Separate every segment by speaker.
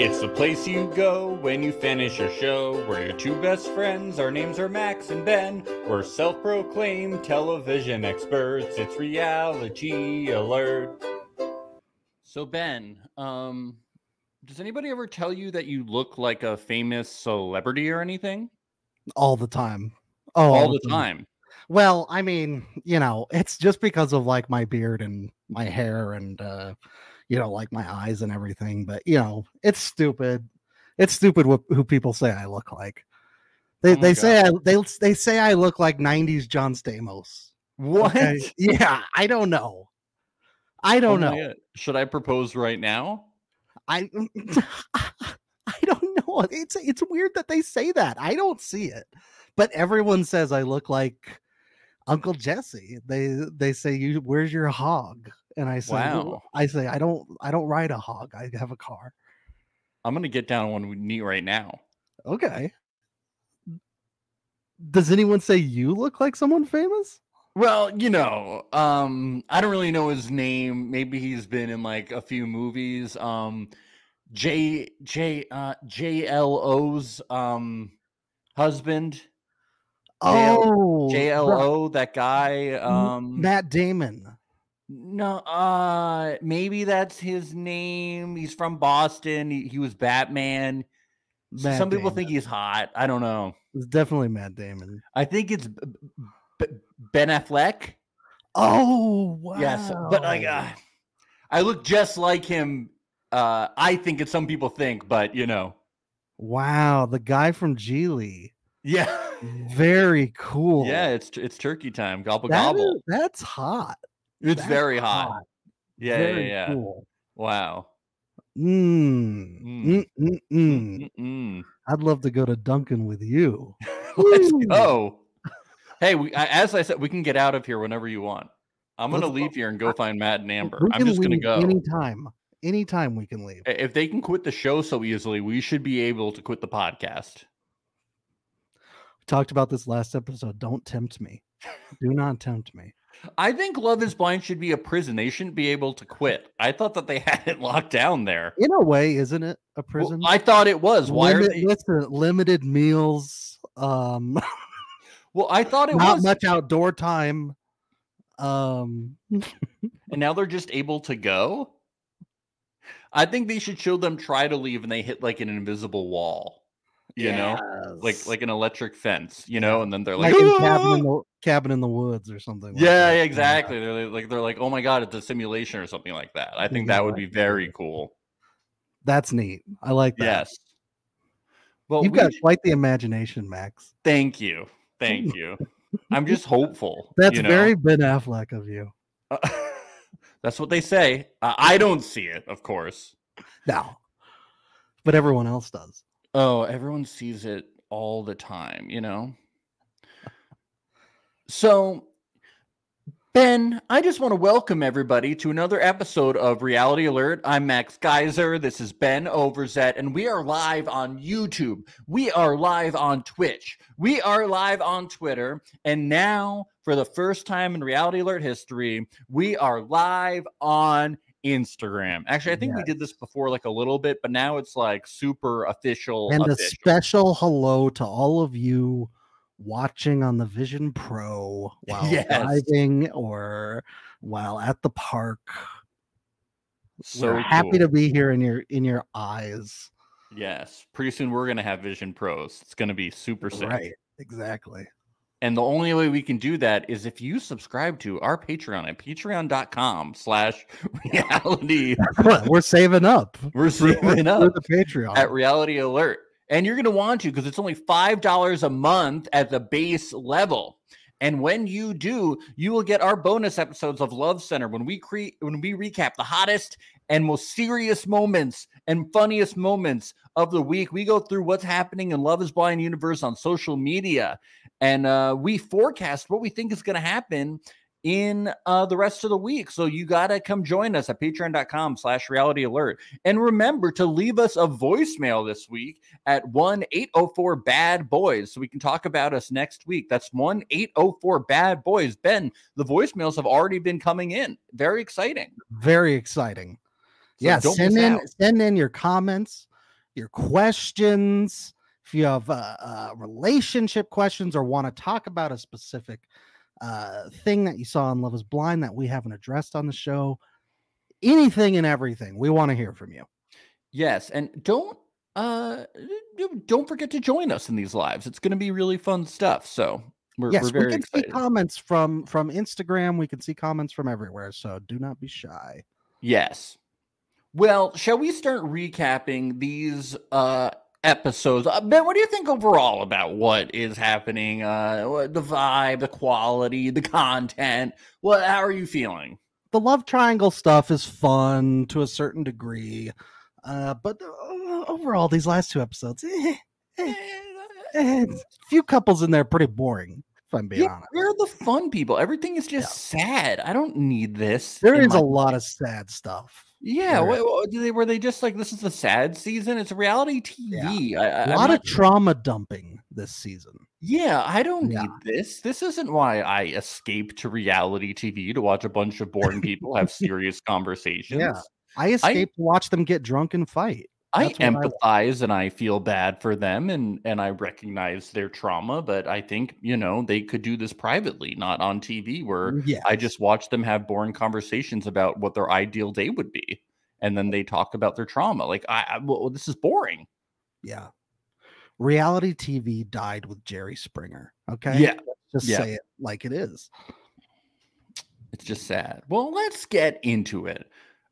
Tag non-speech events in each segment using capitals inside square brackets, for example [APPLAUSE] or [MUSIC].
Speaker 1: It's the place you go when you finish your show. We're your two best friends. Our names are Max and Ben. We're self proclaimed television experts. It's reality alert.
Speaker 2: So Ben, um, does anybody ever tell you that you look like a famous celebrity or anything?
Speaker 3: all the time. Oh,
Speaker 2: All the time.
Speaker 3: Well, I mean, you know, it's just because of like my beard and my hair and uh you know, like my eyes and everything, but you know, it's stupid. It's stupid what who people say I look like. They
Speaker 2: Oh my
Speaker 3: they say I, they they say I look like 90s John Stamos.
Speaker 2: What?
Speaker 3: okay? Yeah, I don't know. I
Speaker 2: Oh
Speaker 3: don't
Speaker 2: my
Speaker 3: know.
Speaker 2: God. Should I propose right now? [LAUGHS]
Speaker 3: I I don't know. It's it's weird that they say that. I don't see it. But everyone says I look like Uncle Jesse. They they say you where's your hog? And I say "Well,"
Speaker 2: Wow.
Speaker 3: I say I don't I don't ride a hog. I have a car.
Speaker 2: I'm gonna get down on one knee right now.
Speaker 3: Okay. Does anyone say you look like someone famous?
Speaker 2: Well, you know, um, I don't really know his name. Maybe he's been in like a few movies. Um, J J uh, JLO's um, husband,
Speaker 3: Oh, right.
Speaker 2: JLO, that guy. Um,
Speaker 3: Matt Damon.
Speaker 2: No, uh, maybe that's his name. He's from Boston. He, he was Batman. S-
Speaker 3: Matt
Speaker 2: Some people
Speaker 3: Damon.
Speaker 2: think he's hot. I don't know.
Speaker 3: it's definitely Matt Damon.
Speaker 2: I think it's B- B- Ben Affleck.
Speaker 3: Oh, wow.
Speaker 2: Yes, but like, uh, I look just like him. Uh, I think it's some people think, but you know,
Speaker 3: Wow, the guy from Geely.
Speaker 2: yeah,
Speaker 3: Very cool.
Speaker 2: yeah. It's t- it's turkey time. Gobble
Speaker 3: That
Speaker 2: gobble.
Speaker 3: is- that's hot.
Speaker 2: it's
Speaker 3: that's
Speaker 2: very hot. Yeah,
Speaker 3: Very
Speaker 2: yeah, yeah.
Speaker 3: Cool.
Speaker 2: Wow. Mm.
Speaker 3: Mm,
Speaker 2: Mm-hmm.
Speaker 3: mm, mm, mm.
Speaker 2: Mm-mm. [LAUGHS]
Speaker 3: I'd love to go to Duncan with you.
Speaker 2: Let's
Speaker 3: Woo.
Speaker 2: go. Hey, we, I- as I said, we can get out of here whenever you want. I'm gonna
Speaker 3: Let's go.
Speaker 2: leave here and go find Matt and Amber.
Speaker 3: We
Speaker 2: I'm
Speaker 3: can
Speaker 2: just gonna
Speaker 3: leave
Speaker 2: go.
Speaker 3: Anytime. Anytime we can leave.
Speaker 2: I- if they can quit the show so easily, we should be able to quit the podcast.
Speaker 3: We talked about this last episode. Don't tempt me. Do not tempt me.
Speaker 2: I think Love Is Blind should be a prison. They shouldn't be able to quit. I thought that they [LAUGHS] had it locked down there.
Speaker 3: In a way, isn't it a
Speaker 2: Well,
Speaker 3: prison?
Speaker 2: I thought it was. Why are
Speaker 3: Limit-
Speaker 2: they?
Speaker 3: listen, limited meals, um,
Speaker 2: Well, I thought it
Speaker 3: not
Speaker 2: was,
Speaker 3: much outdoor time. Um,
Speaker 2: and now they're just able to go. I think they should show them try to leave, and they hit like an invisible wall. You know. like
Speaker 3: Yes. [LAUGHS]
Speaker 2: like an electric fence, you know, and then they're like,
Speaker 3: like in
Speaker 2: [LAUGHS]
Speaker 3: cabin, in
Speaker 2: "Ah!"
Speaker 3: the, cabin in the woods or something. like
Speaker 2: yeah,
Speaker 3: that.
Speaker 2: yeah, exactly. They're like they're like, oh my god, it's a simulation or something like that. I think that would be very cool.
Speaker 3: That's neat. I like that.
Speaker 2: Yes. Well,
Speaker 3: You've
Speaker 2: we
Speaker 3: got
Speaker 2: sh-
Speaker 3: quite the imagination, Max.
Speaker 2: thank you, thank you. I'm just hopeful.
Speaker 3: [LAUGHS] That's
Speaker 2: you know?
Speaker 3: very Ben Affleck of you.
Speaker 2: [LAUGHS] that's what they say. Uh, I don't see it, of course.
Speaker 3: No, but everyone else does.
Speaker 2: Oh, everyone sees it all the time, you know? So, Ben, I just want to welcome everybody to another episode of Reality Alert. I'm Max Geiser. This is Ben Overzet, and we are live on YouTube. We are live on Twitch. We are live on Twitter. And now, for the first time in Reality Alert history, we are live on Instagram. Actually, I think we did this before like a little bit, but now it's like super official.
Speaker 3: And a
Speaker 2: official.
Speaker 3: special hello to all of you watching on the Vision
Speaker 2: [LAUGHS]
Speaker 3: Pro while
Speaker 2: Yes.
Speaker 3: driving or while at the park.
Speaker 2: so
Speaker 3: We're happy to
Speaker 2: cool.
Speaker 3: be here in your in your eyes.
Speaker 2: Yes, pretty soon we're gonna have Vision Pros. It's gonna be super sick.
Speaker 3: Right. Exactly.
Speaker 2: And the only way we can do that is if you subscribe to our Patreon at patreon.com slash [LAUGHS] reality.
Speaker 3: What, We're saving up.
Speaker 2: We're saving
Speaker 3: Through
Speaker 2: up
Speaker 3: the Patreon.
Speaker 2: at reality alert. And you're gonna want to because it's only five dollars a month at the base level. And when you do, you will get our bonus episodes of Love Center when we create when we recap the hottest and most serious moments and funniest moments of the week. We go through what's happening in Love is Blind universe on social media, and uh, we forecast what we think is going to happen in uh, the rest of the week. So you got to come join us at patreon.com slash reality alert. And remember to leave us a voicemail this week at 1-804-BAD-BOYS so we can talk about us next week. That's 1-804-BAD-BOYS. Ben, the voicemails have already been coming in. Very exciting.
Speaker 3: very exciting.
Speaker 2: So
Speaker 3: yeah,
Speaker 2: don't
Speaker 3: send
Speaker 2: miss
Speaker 3: in
Speaker 2: out.
Speaker 3: send in your comments, your questions. If you have uh, uh, relationship questions or want to talk about a specific uh, thing that you saw in Love is Blind that we haven't addressed on the show, anything and everything, we want to hear from you.
Speaker 2: Yes, and don't uh d- don't forget to join us in these lives. It's going to be really fun stuff. So we're,
Speaker 3: yes,
Speaker 2: we're very
Speaker 3: we can
Speaker 2: excited.
Speaker 3: see comments from from Instagram. We can see comments from everywhere. So do not be shy.
Speaker 2: Yes. Well, shall we start recapping these uh episodes? Uh, ben, what do you think overall about what is happening? Uh what- the vibe, the quality, the content. What how are you feeling?
Speaker 3: The love triangle stuff is fun to a certain degree, uh, but uh, overall, these last two episodes, eh,
Speaker 2: [LAUGHS]
Speaker 3: eh, eh, few couples in there, pretty boring. If I'm being
Speaker 2: Yeah,
Speaker 3: honest,
Speaker 2: where are the fun people? Everything is just sad. I don't need this.
Speaker 3: there
Speaker 2: in
Speaker 3: is
Speaker 2: my
Speaker 3: a lot of sad stuff.
Speaker 2: Yeah,
Speaker 3: There
Speaker 2: what, what, do they, were they just like this is the sad season? It's reality TV. I, I,
Speaker 3: A
Speaker 2: I'm
Speaker 3: lot
Speaker 2: not-
Speaker 3: of trauma dumping this season.
Speaker 2: yeah, I don't
Speaker 3: Yeah.
Speaker 2: need this. This isn't why I escape to reality TV to watch a bunch of boring people
Speaker 3: [LAUGHS]
Speaker 2: have serious conversations.
Speaker 3: I escaped to watch them get drunk and fight.
Speaker 2: I
Speaker 3: That's what I
Speaker 2: empathize
Speaker 3: want.
Speaker 2: and I feel bad for them and and I recognize their trauma, but I think you know they could do this privately, not on TV, where
Speaker 3: Mm, Yeah,
Speaker 2: I just watch them have boring conversations about what their ideal day would be, and then they talk about their trauma. Like I, I well, this is boring.
Speaker 3: yeah. Reality TV died with Jerry Springer. Okay,
Speaker 2: Yeah.
Speaker 3: just
Speaker 2: yeah.
Speaker 3: say it like it is.
Speaker 2: It's just sad. Well, let's get into it.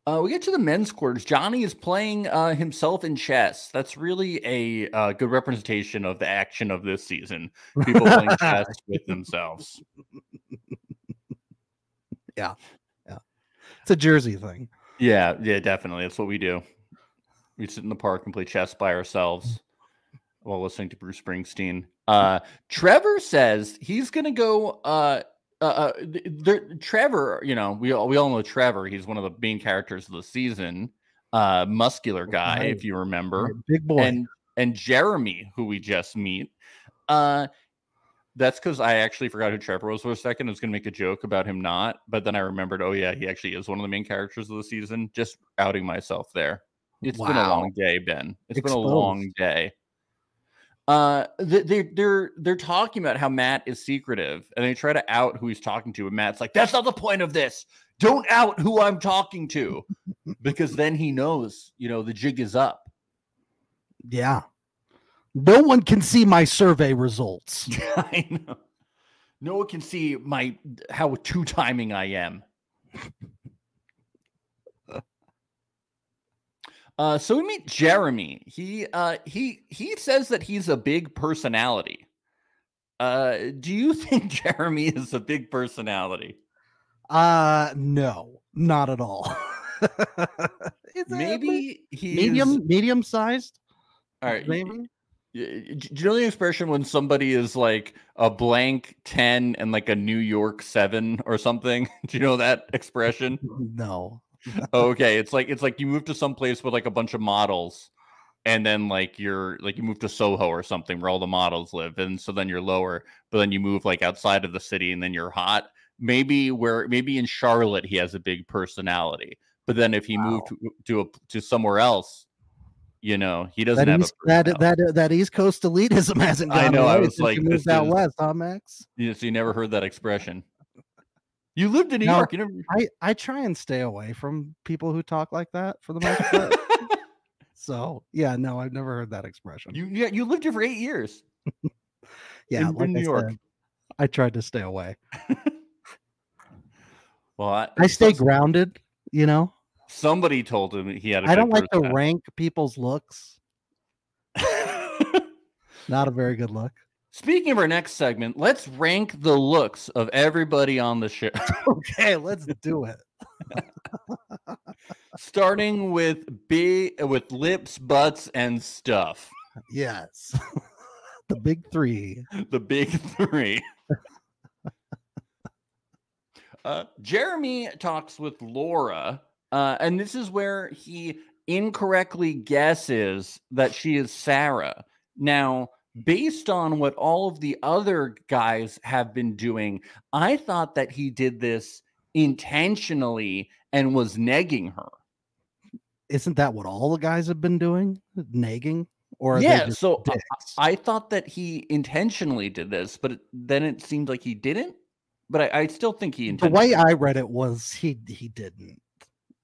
Speaker 2: Uh, we get to the men's quarters. Johnny is playing uh, himself in chess. That's really a uh, good representation of the action of this season. People playing chess with themselves.
Speaker 3: It's a Jersey thing.
Speaker 2: Yeah, yeah, definitely. That's what we do. We sit in the park and play chess by ourselves while listening to Bruce Springsteen. Uh, Trevor says he's gonna go. Uh, uh, uh, th- there, Trevor, you know, we all we all know Trevor. He's one of the main characters of the season. Uh, muscular guy,
Speaker 3: Right.
Speaker 2: if you remember,
Speaker 3: Big boy.
Speaker 2: and and Jeremy, who we just meet. Uh, that's because I actually forgot who Trevor was for a second. I was going to make a joke about him not, but then I remembered. Oh yeah, he actually is one of the main characters of the season. Just outing myself there. It's been a
Speaker 3: Wow.
Speaker 2: long day, Ben. It's been a long day. Uh, th- they're they're they're talking about how Matt is secretive, and they try to out who he's talking to, and Matt's like, "That's not the point of this. Don't out who I'm talking
Speaker 3: [LAUGHS]
Speaker 2: to, because then he knows, you know, the jig is up."
Speaker 3: yeah. No one can see my survey results.
Speaker 2: [LAUGHS] I know. No one can see my how two timing I am. uh, so we meet Jeremy. He uh, he he says that he's a big personality. Uh, do you [LAUGHS] think Jeremy is a big personality?
Speaker 3: Uh no, not at all. [LAUGHS] It's a me-
Speaker 2: Maybe he's
Speaker 3: medium medium sized.
Speaker 2: All right, y-
Speaker 3: maybe.
Speaker 2: Y- y- Do you know the expression when somebody is like a blank 10 and like a New York 7 or something? [LAUGHS] Do you know that expression?
Speaker 3: No.
Speaker 2: okay, it's like it's like you move to some place with like a bunch of models and then like you're like you move to Soho or something where all the models live and so then you're lower, but then you move like outside of the city and then you're hot. Maybe where maybe in Charlotte he has a big personality. But then if he moved to to, a, to somewhere else, you know, he doesn't
Speaker 3: That
Speaker 2: have
Speaker 3: East,
Speaker 2: a
Speaker 3: that,
Speaker 2: personality.
Speaker 3: that that East Coast elitism [LAUGHS] hasn't
Speaker 2: I
Speaker 3: gone
Speaker 2: know, I
Speaker 3: away
Speaker 2: was
Speaker 3: since
Speaker 2: like,
Speaker 3: you
Speaker 2: this
Speaker 3: moved out
Speaker 2: is-
Speaker 3: west, huh, Max?
Speaker 2: Yeah, so you never heard that expression. You lived in New
Speaker 3: No.
Speaker 2: York. You never.
Speaker 3: I I try and stay away from people who talk like that for the
Speaker 2: [LAUGHS]
Speaker 3: most part. so yeah, no, I've never heard that expression.
Speaker 2: you yeah, you lived here for eight years.
Speaker 3: yeah,
Speaker 2: in- in New York.
Speaker 3: said, I tried to stay away.
Speaker 2: Well, I,
Speaker 3: I stay
Speaker 2: some-
Speaker 3: grounded. You know,
Speaker 2: Somebody told him he had. I
Speaker 3: I don't like to rank people's looks. Not a very good look.
Speaker 2: [LAUGHS] Speaking of our next segment, let's rank the looks of everybody on the show, [LAUGHS]
Speaker 3: Okay, let's do it.
Speaker 2: starting with B with lips, butts, and stuff.
Speaker 3: Yes, [LAUGHS] the big three.
Speaker 2: the big three. [LAUGHS] uh, Jeremy talks with Laura, uh, and this is where he incorrectly guesses that she is Sarah. Now, based on what all of the other guys have been doing, I thought that he did this intentionally and was negging her.
Speaker 3: isn't that what all the guys have been doing? Nagging? Or are they
Speaker 2: yeah,
Speaker 3: just
Speaker 2: so uh, I-
Speaker 3: dicks?
Speaker 2: I, thought that he intentionally did this, but it, then it seemed like he didn't. But I, I still think he
Speaker 3: the
Speaker 2: intentionally.
Speaker 3: way I read it was he he didn't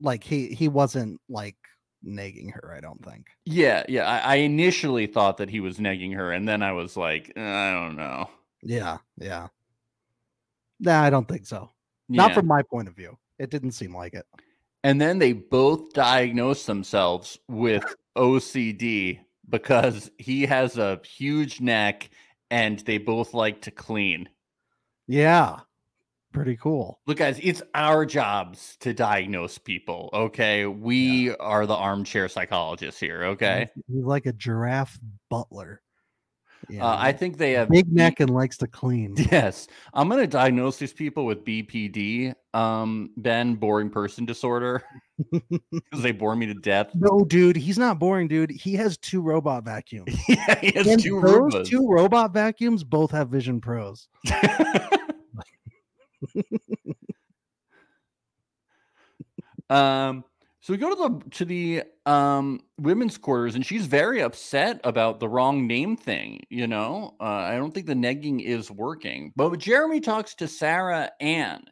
Speaker 3: like he he wasn't like nagging her. I don't think.
Speaker 2: yeah, yeah. I, I initially thought that he was negging her, and then I was like, "Uh, I don't know.
Speaker 3: Yeah, yeah. Nah, I don't think so. Not
Speaker 2: Yeah.
Speaker 3: from my point of view. It didn't seem like it.
Speaker 2: And then they both diagnose themselves with OCD because he has a huge neck, and they both like to clean.
Speaker 3: Yeah, pretty cool.
Speaker 2: Look, guys, it's our jobs to diagnose people. Okay, we are the armchair psychologists here. Okay,
Speaker 3: He's- He's like a giraffe butler. Yeah,
Speaker 2: uh, I think they have
Speaker 3: big
Speaker 2: B-
Speaker 3: neck and likes to clean. [LAUGHS]
Speaker 2: [LAUGHS] Yes, I'm gonna diagnose these people with BPD, um, Ben, boring person
Speaker 3: [LAUGHS]
Speaker 2: disorder, [LAUGHS] because they bore me to death. [LAUGHS]
Speaker 3: no, dude, he's not boring, dude. He has two robot vacuums.
Speaker 2: yeah, he has
Speaker 3: And
Speaker 2: two
Speaker 3: those
Speaker 2: Roombas.
Speaker 3: two robot vacuums both have Vision Pros.
Speaker 2: um so we go to the to the um women's quarters and she's very upset about the wrong name thing you know uh, i don't think the negging is working but jeremy talks to sarah ann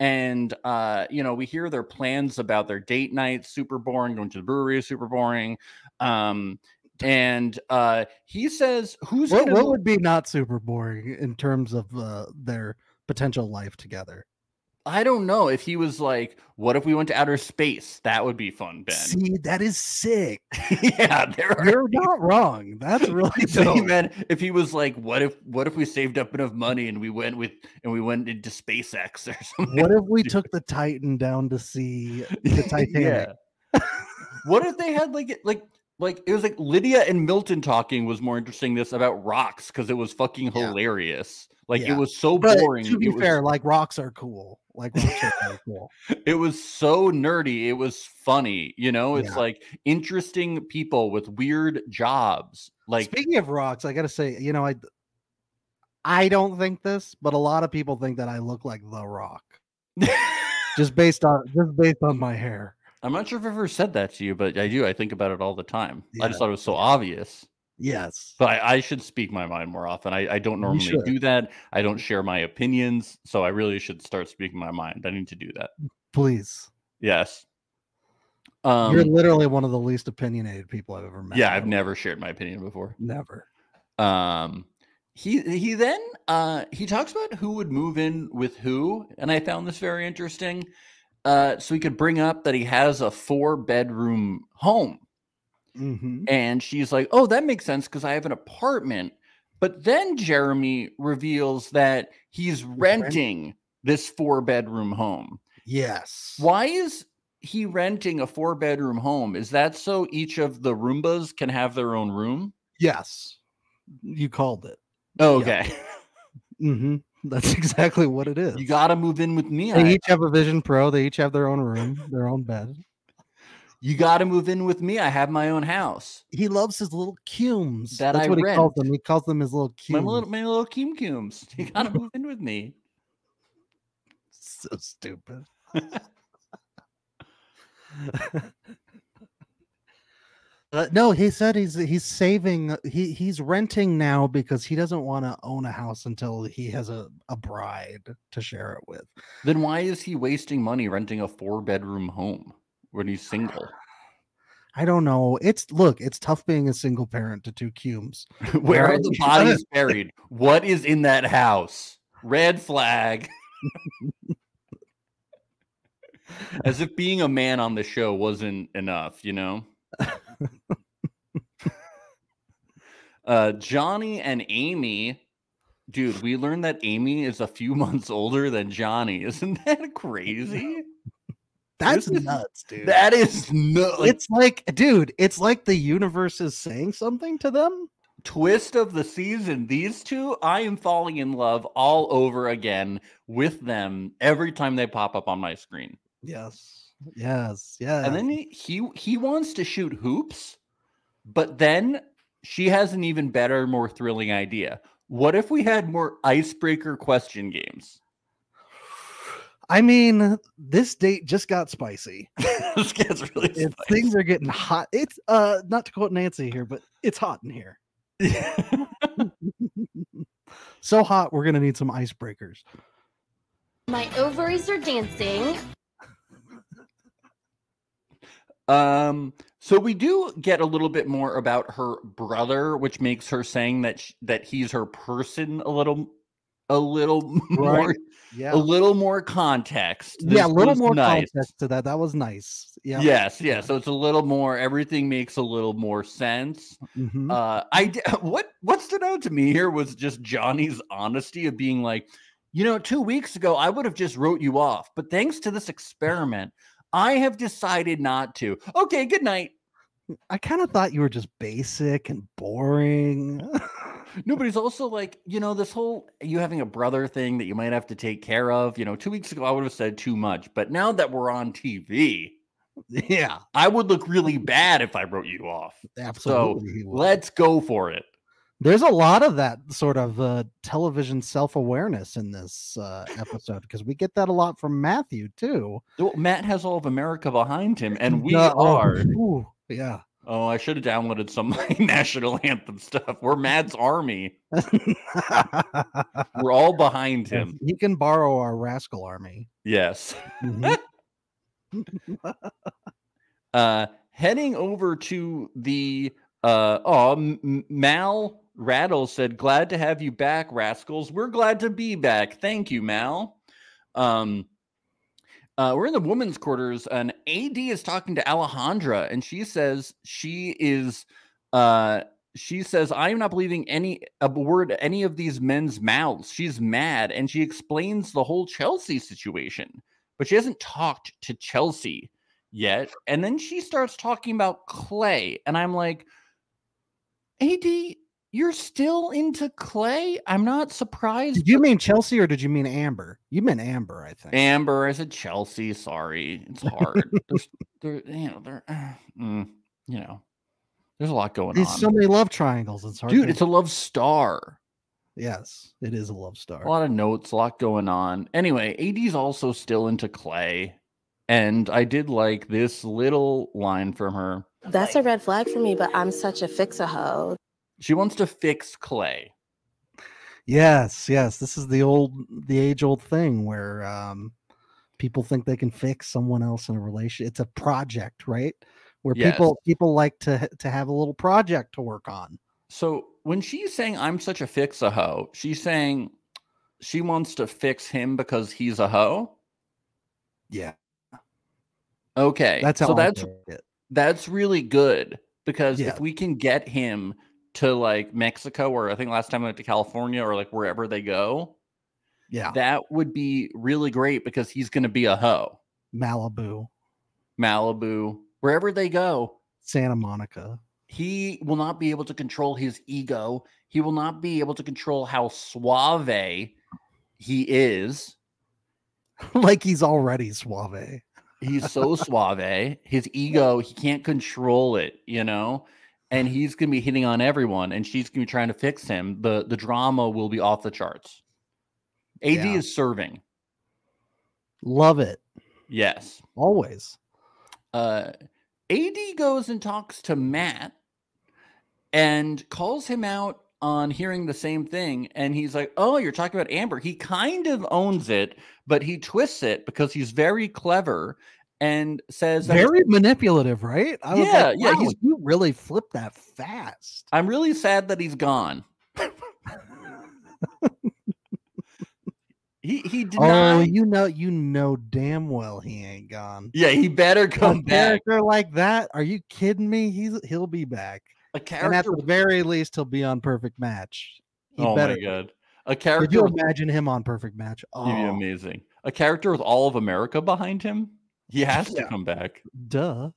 Speaker 2: and uh you know we hear their plans about their date night super boring going to the brewery is super boring um and uh he says who's
Speaker 3: What,
Speaker 2: gonna
Speaker 3: what
Speaker 2: go-
Speaker 3: would be not super boring in terms of uh, their potential life together?
Speaker 2: I don't know if he was like, "What if we went to outer space? That would be fun, Ben."
Speaker 3: See, that is sick.
Speaker 2: [LAUGHS] yeah, [LAUGHS] there are.
Speaker 3: You're not wrong.
Speaker 2: [LAUGHS]
Speaker 3: That's really
Speaker 2: So he
Speaker 3: dope.
Speaker 2: meant if he was like, "What if? What if we saved up enough money and we went with and we went into SpaceX or [LAUGHS] something?"
Speaker 3: What if we took the Titan down to see
Speaker 2: [LAUGHS]
Speaker 3: the Titanic?
Speaker 2: Yeah. what if they had like like like it was like Lydia and Milton talking was more interesting. This about rocks because it was fucking
Speaker 3: Yeah.
Speaker 2: hilarious. Like
Speaker 3: Yeah.
Speaker 2: it was so
Speaker 3: But
Speaker 2: boring.
Speaker 3: to be
Speaker 2: it was-
Speaker 3: fair, like rocks are cool. Like rocks are kinda cool.
Speaker 2: [LAUGHS] it was so nerdy it was funny you know it's
Speaker 3: Yeah.
Speaker 2: like interesting people with weird jobs like
Speaker 3: Speaking of rocks, I gotta say, you know, I I don't think this, but a lot of people think that I look like the Rock just based on just based on my hair.
Speaker 2: [LAUGHS] i'm not sure if i've ever said that to you but i do i think about it all the time i
Speaker 3: Yeah.
Speaker 2: just thought it was so obvious
Speaker 3: Yes.
Speaker 2: but I, I should speak my mind more often i, I don't normally
Speaker 3: should.
Speaker 2: do that i don't share my opinions so i really should start speaking my mind i need to do that
Speaker 3: Please.
Speaker 2: yes um
Speaker 3: You're literally one of the least opinionated people I've ever met.
Speaker 2: yeah
Speaker 3: in
Speaker 2: i've
Speaker 3: my life.
Speaker 2: never shared my opinion before
Speaker 3: never.
Speaker 2: um he he then uh he talks about who would move in with who and i found this very interesting uh so he could bring up that he has a four bedroom home
Speaker 3: Mhm.
Speaker 2: and she's like oh that makes sense because i have an apartment but then jeremy reveals that he's
Speaker 3: rent-
Speaker 2: renting this four bedroom home
Speaker 3: Yes.
Speaker 2: why is he renting a four bedroom home is that so each of the roombas can have their own room
Speaker 3: Yes. You called it.
Speaker 2: okay
Speaker 3: hmm That's [LAUGHS] exactly what it is.
Speaker 2: you gotta move in with me I
Speaker 3: they each have a Vision Pro. They each have their own room, their own bed.
Speaker 2: You got to move in with me. I have my own house.
Speaker 3: He loves his little cumes.
Speaker 2: That
Speaker 3: That's
Speaker 2: I
Speaker 3: what he calls
Speaker 2: rent.
Speaker 3: them. He calls them his little cumes.
Speaker 2: My little, my little cum cums. You got to move in with me.
Speaker 3: So
Speaker 2: [LAUGHS]
Speaker 3: stupid. Uh, no, he said he's he's saving. He he's renting now because he doesn't want to own a house until he has a a bride to share it with.
Speaker 2: Then why is he wasting money renting a four bedroom home when he's single?
Speaker 3: I don't know. It's look, it's tough being a single parent to two cumes.
Speaker 2: [LAUGHS] Where are
Speaker 3: Right.
Speaker 2: the
Speaker 3: [LAUGHS]
Speaker 2: bodies buried? What is in that house? Red
Speaker 3: [LAUGHS]
Speaker 2: flag. As if being a man on the show wasn't enough, you
Speaker 3: [LAUGHS]
Speaker 2: know? uh, Johnny and Amy. Dude, we learned that Amy is a few [LAUGHS] months older than Johnny. Isn't that crazy?
Speaker 3: [LAUGHS] That's
Speaker 2: This is-
Speaker 3: nuts, dude.
Speaker 2: That is no like,
Speaker 3: it's like, dude, it's like the universe is saying something to them.
Speaker 2: twist of the season these two i am falling in love all over again with them every time they pop up on my screen
Speaker 3: Yes. Yes. Yeah.
Speaker 2: and then he, he he wants to shoot hoops but then she has an even better more thrilling idea what if we had more icebreaker question games
Speaker 3: I mean, this date just got spicy.
Speaker 2: [LAUGHS] this gets really
Speaker 3: It-
Speaker 2: spicy.
Speaker 3: things are getting hot. It's uh not to quote Nancy here, but it's hot in here. So hot, we're gonna need some icebreakers.
Speaker 4: My ovaries are dancing.
Speaker 2: [LAUGHS] Um, so we do get a little bit more about her brother, which makes her saying that sh that he's her person a little, a little [LAUGHS] more,
Speaker 3: Right.
Speaker 2: a
Speaker 3: Yeah.
Speaker 2: little more context.
Speaker 3: Yeah, a
Speaker 2: This
Speaker 3: little
Speaker 2: was
Speaker 3: more
Speaker 2: nice.
Speaker 3: context to that. That was nice. Yeah.
Speaker 2: Yes, yeah. So it's a little more. Everything makes a little more sense.
Speaker 3: Mhm.
Speaker 2: Uh, I d- [LAUGHS] what what stood out to me here was just Johnny's honesty of being like, you know, two weeks ago I would have just wrote you off, but thanks to this experiment, I have decided not to. Okay, good night.
Speaker 3: I kind of thought you were just basic and boring. [LAUGHS]
Speaker 2: No, but he's also like, you know, this whole you having a brother thing that you might have to take care of. You know, two weeks ago I would have said too much, but now that we're on TV,
Speaker 3: yeah,
Speaker 2: I would look really bad if I wrote you off.
Speaker 3: absolutely. he was.
Speaker 2: Let's go for it.
Speaker 3: There's a lot of that sort of uh, television self awareness in this uh, episode because we get that a lot from Matthew too.
Speaker 2: Well, Matt has all of America behind him, and we
Speaker 3: Uh, oh,
Speaker 2: are.
Speaker 3: ooh, yeah. [LAUGHS]
Speaker 2: Oh, I should have downloaded some like, [LAUGHS] national anthem stuff. We're Matt's army. We're all behind [LAUGHS] him.
Speaker 3: he can borrow our rascal army.
Speaker 2: Yes.
Speaker 3: Mhm.
Speaker 2: Uh, heading over to the uh, oh, M- M- Mal Rattle said, "Glad to have you back, rascals. We're glad to be back. Thank you, Mal." Um, uh, we're in the women's quarters, and AD is talking to Alejandra, and she says she is. Uh, she says, I am not believing any a word any of these men's mouths. She's mad, and she explains the whole Chelsea situation, but she hasn't talked to Chelsea yet. And then she starts talking about Clay, and I'm like, AD, you're still into Clay? I'm not surprised.
Speaker 3: Did you mean Chelsea or did you mean Amber? You meant Amber, I think.
Speaker 2: Amber, I said Chelsea. Sorry, it's [LAUGHS] hard. there's, there, you know, there, mm, you know, there's a lot going
Speaker 3: There's
Speaker 2: on,
Speaker 3: so many love triangles. It's hard.
Speaker 2: dude.
Speaker 3: to-
Speaker 2: It's a love star.
Speaker 3: yes, it is a love star.
Speaker 2: A lot of notes, a lot going on. Anyway, AD's also still into Clay, and I did like this little line from her.
Speaker 5: That's a red flag for me, but I'm such a fixer hoe.
Speaker 2: She wants to fix Clay.
Speaker 3: Yes, yes. This is the old, the age old thing where um, people think they can fix someone else in a relation. It's a project, right? Where
Speaker 2: Yes.
Speaker 3: people people like to ha- to have a little project to work on.
Speaker 2: So when she's saying I'm such a fix a hoe, she's saying she wants to fix him because he's a hoe.
Speaker 3: Yeah,
Speaker 2: Okay,
Speaker 3: that's how
Speaker 2: so
Speaker 3: I
Speaker 2: that's
Speaker 3: take it.
Speaker 2: that's really good because
Speaker 3: Yeah.
Speaker 2: if we can get him to like Mexico or I think last time I went to California or like wherever they go,
Speaker 3: Yeah,
Speaker 2: that would be really great because he's going to be a hoe.
Speaker 3: Malibu,
Speaker 2: Malibu, wherever they go,
Speaker 3: Santa Monica. [LAUGHS]
Speaker 2: he will not be able to control his ego. He will not be able to control how suave he is.
Speaker 3: like he's already suave.
Speaker 2: He's so suave. His ego, he can't control it, you know?
Speaker 3: [SIGHS]
Speaker 2: And he's gonna be hitting on everyone and she's gonna be trying to fix him. The the drama will be off the charts. AD
Speaker 3: Yeah.
Speaker 2: is serving.
Speaker 3: Love it
Speaker 2: Yes.
Speaker 3: always.
Speaker 2: Uh AD goes and talks to Matt and calls him out on hearing the same thing. And he's like, Oh, you're talking about Amber. He kind of owns it, but he twists it because he's very clever and says that it's
Speaker 3: Very manipulative, right? I was
Speaker 2: Yeah,
Speaker 3: like,
Speaker 2: yeah,
Speaker 3: wow,
Speaker 2: he's-
Speaker 3: you really flipped that
Speaker 2: [LAUGHS]
Speaker 3: fast.
Speaker 2: I'm really sad that he's gone. he he did
Speaker 3: Oh,
Speaker 2: not.
Speaker 3: you know, you know damn well he ain't gone.
Speaker 2: Yeah, he better [LAUGHS]
Speaker 3: a
Speaker 2: come back.
Speaker 3: character like that? Are you kidding me? He's he'll be back,
Speaker 2: A
Speaker 3: and at
Speaker 2: character.
Speaker 3: the
Speaker 2: with-
Speaker 3: very least, he'll be on Perfect Match. He
Speaker 2: oh
Speaker 3: better.
Speaker 2: my god, a
Speaker 3: Could you
Speaker 2: character. with-
Speaker 3: imagine him on Perfect Match?
Speaker 2: He'd be
Speaker 3: Oh,
Speaker 2: amazing. A character with all of America behind him. He has to
Speaker 3: Yeah.
Speaker 2: come back.
Speaker 3: duh.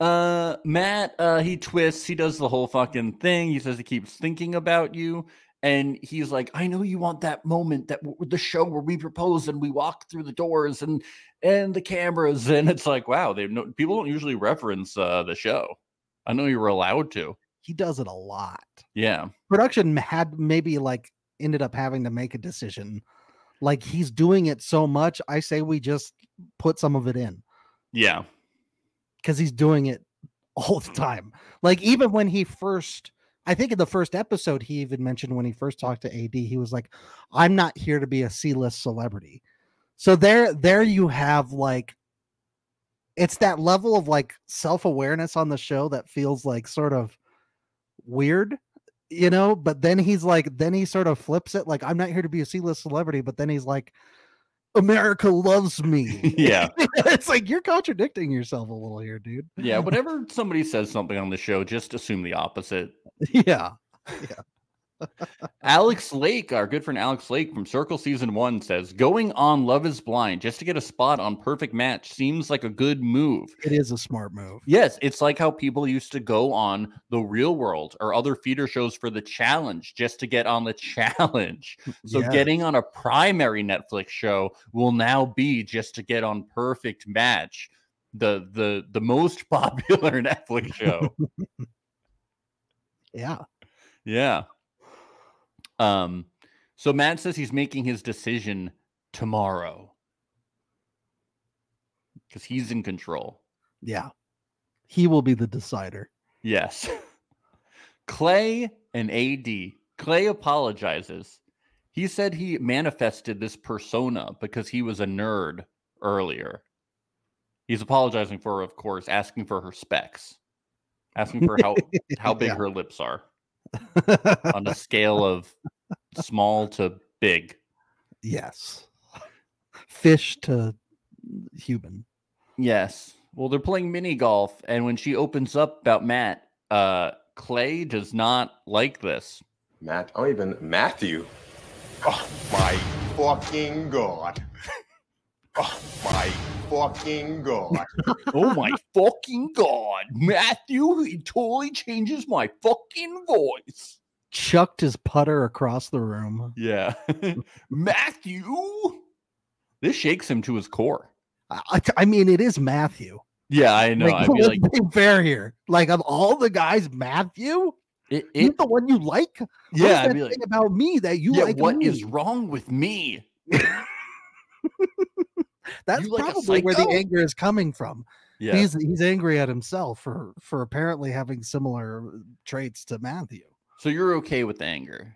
Speaker 2: Uh, Matt. Uh, he twists. He does the whole fucking thing. He says he keeps thinking about you. And he's like, I know you want that moment that w- the show where we propose and we walk through the doors and and the cameras. [LAUGHS] And it's like, wow, they no, people don't usually reference uh, the show. I know you were allowed to.
Speaker 3: He does it a lot.
Speaker 2: Yeah,
Speaker 3: Production had maybe like ended up having to make a decision Like he's doing it so much. I say we just put some of it in
Speaker 2: Yeah.
Speaker 3: because he's doing it all the time. Like even when he first, I think in the first episode, he even mentioned when he first talked to AD, he was like, "I'm not here to be a C-list celebrity." So there, there you have like, it's that level of like self-awareness on the show that feels like sort of weird. You know, but then he's like, then he sort of flips it, like, I'm not here to be a C list celebrity, but then he's like, America loves me.
Speaker 2: [LAUGHS] Yeah.
Speaker 3: [LAUGHS] it's like you're contradicting yourself a little here, dude.
Speaker 2: Yeah. Whenever somebody says something on the show, just assume the opposite.
Speaker 3: Yeah.
Speaker 2: Alex Lake, our good friend Alex Lake from Circle Season 1 says, going on Love is Blind just to get a spot on Perfect Match seems like a good move.
Speaker 3: It is a smart move.
Speaker 2: Yes, it's like how people used to go on The Real World or other feeder shows for the challenge just to get on the [LAUGHS] challenge. So
Speaker 3: Yeah.
Speaker 2: getting on a primary Netflix show will now be just to get on Perfect Match, the the the most [LAUGHS] popular Netflix show.
Speaker 3: Yeah.
Speaker 2: Yeah. Um, so Matt says he's making his decision tomorrow because he's in control.
Speaker 3: Yeah. He will be the decider. [LAUGHS]
Speaker 2: Yes. [LAUGHS] Clay and AD. Clay apologizes. He said he manifested this persona because he was a nerd earlier. He's apologizing for, of course, asking for her specs, asking for how how big her lips are
Speaker 3: Yeah.
Speaker 2: on a scale of small to big.
Speaker 3: yes. Fish to human.
Speaker 2: Yes. Well, they're playing mini golf, and when she opens up about Matt, uh, Clay does not like this.
Speaker 6: Matt, oh, even Matthew. Oh my fucking god. [LAUGHS] Oh my
Speaker 7: [LAUGHS]
Speaker 6: fucking god.
Speaker 2: oh
Speaker 3: [LAUGHS]
Speaker 2: my fucking god, Matthew! He totally changes my fucking voice.
Speaker 3: Chucked his putter across the room. [LAUGHS]
Speaker 2: Yeah, Matthew. This shakes him to his core.
Speaker 3: I, I- I mean, it is Matthew.
Speaker 2: Yeah, I know. I
Speaker 3: like,
Speaker 2: feel like
Speaker 3: let's [LAUGHS] be fair here. Like of all the guys, Matthew,
Speaker 2: it.
Speaker 3: he's
Speaker 2: it
Speaker 3: the one you like. What is
Speaker 2: yeah,
Speaker 3: that
Speaker 2: I'd be like,
Speaker 3: thing about me that you
Speaker 2: yeah.
Speaker 3: like.
Speaker 2: what
Speaker 3: me?
Speaker 2: is wrong with me?
Speaker 3: That's
Speaker 2: you like a
Speaker 3: probably where the
Speaker 2: psycho?
Speaker 3: anger is coming from.
Speaker 2: Yeah,
Speaker 3: he's he's angry at himself for for apparently having similar uh, traits to Matthew.
Speaker 2: so you're okay with the anger.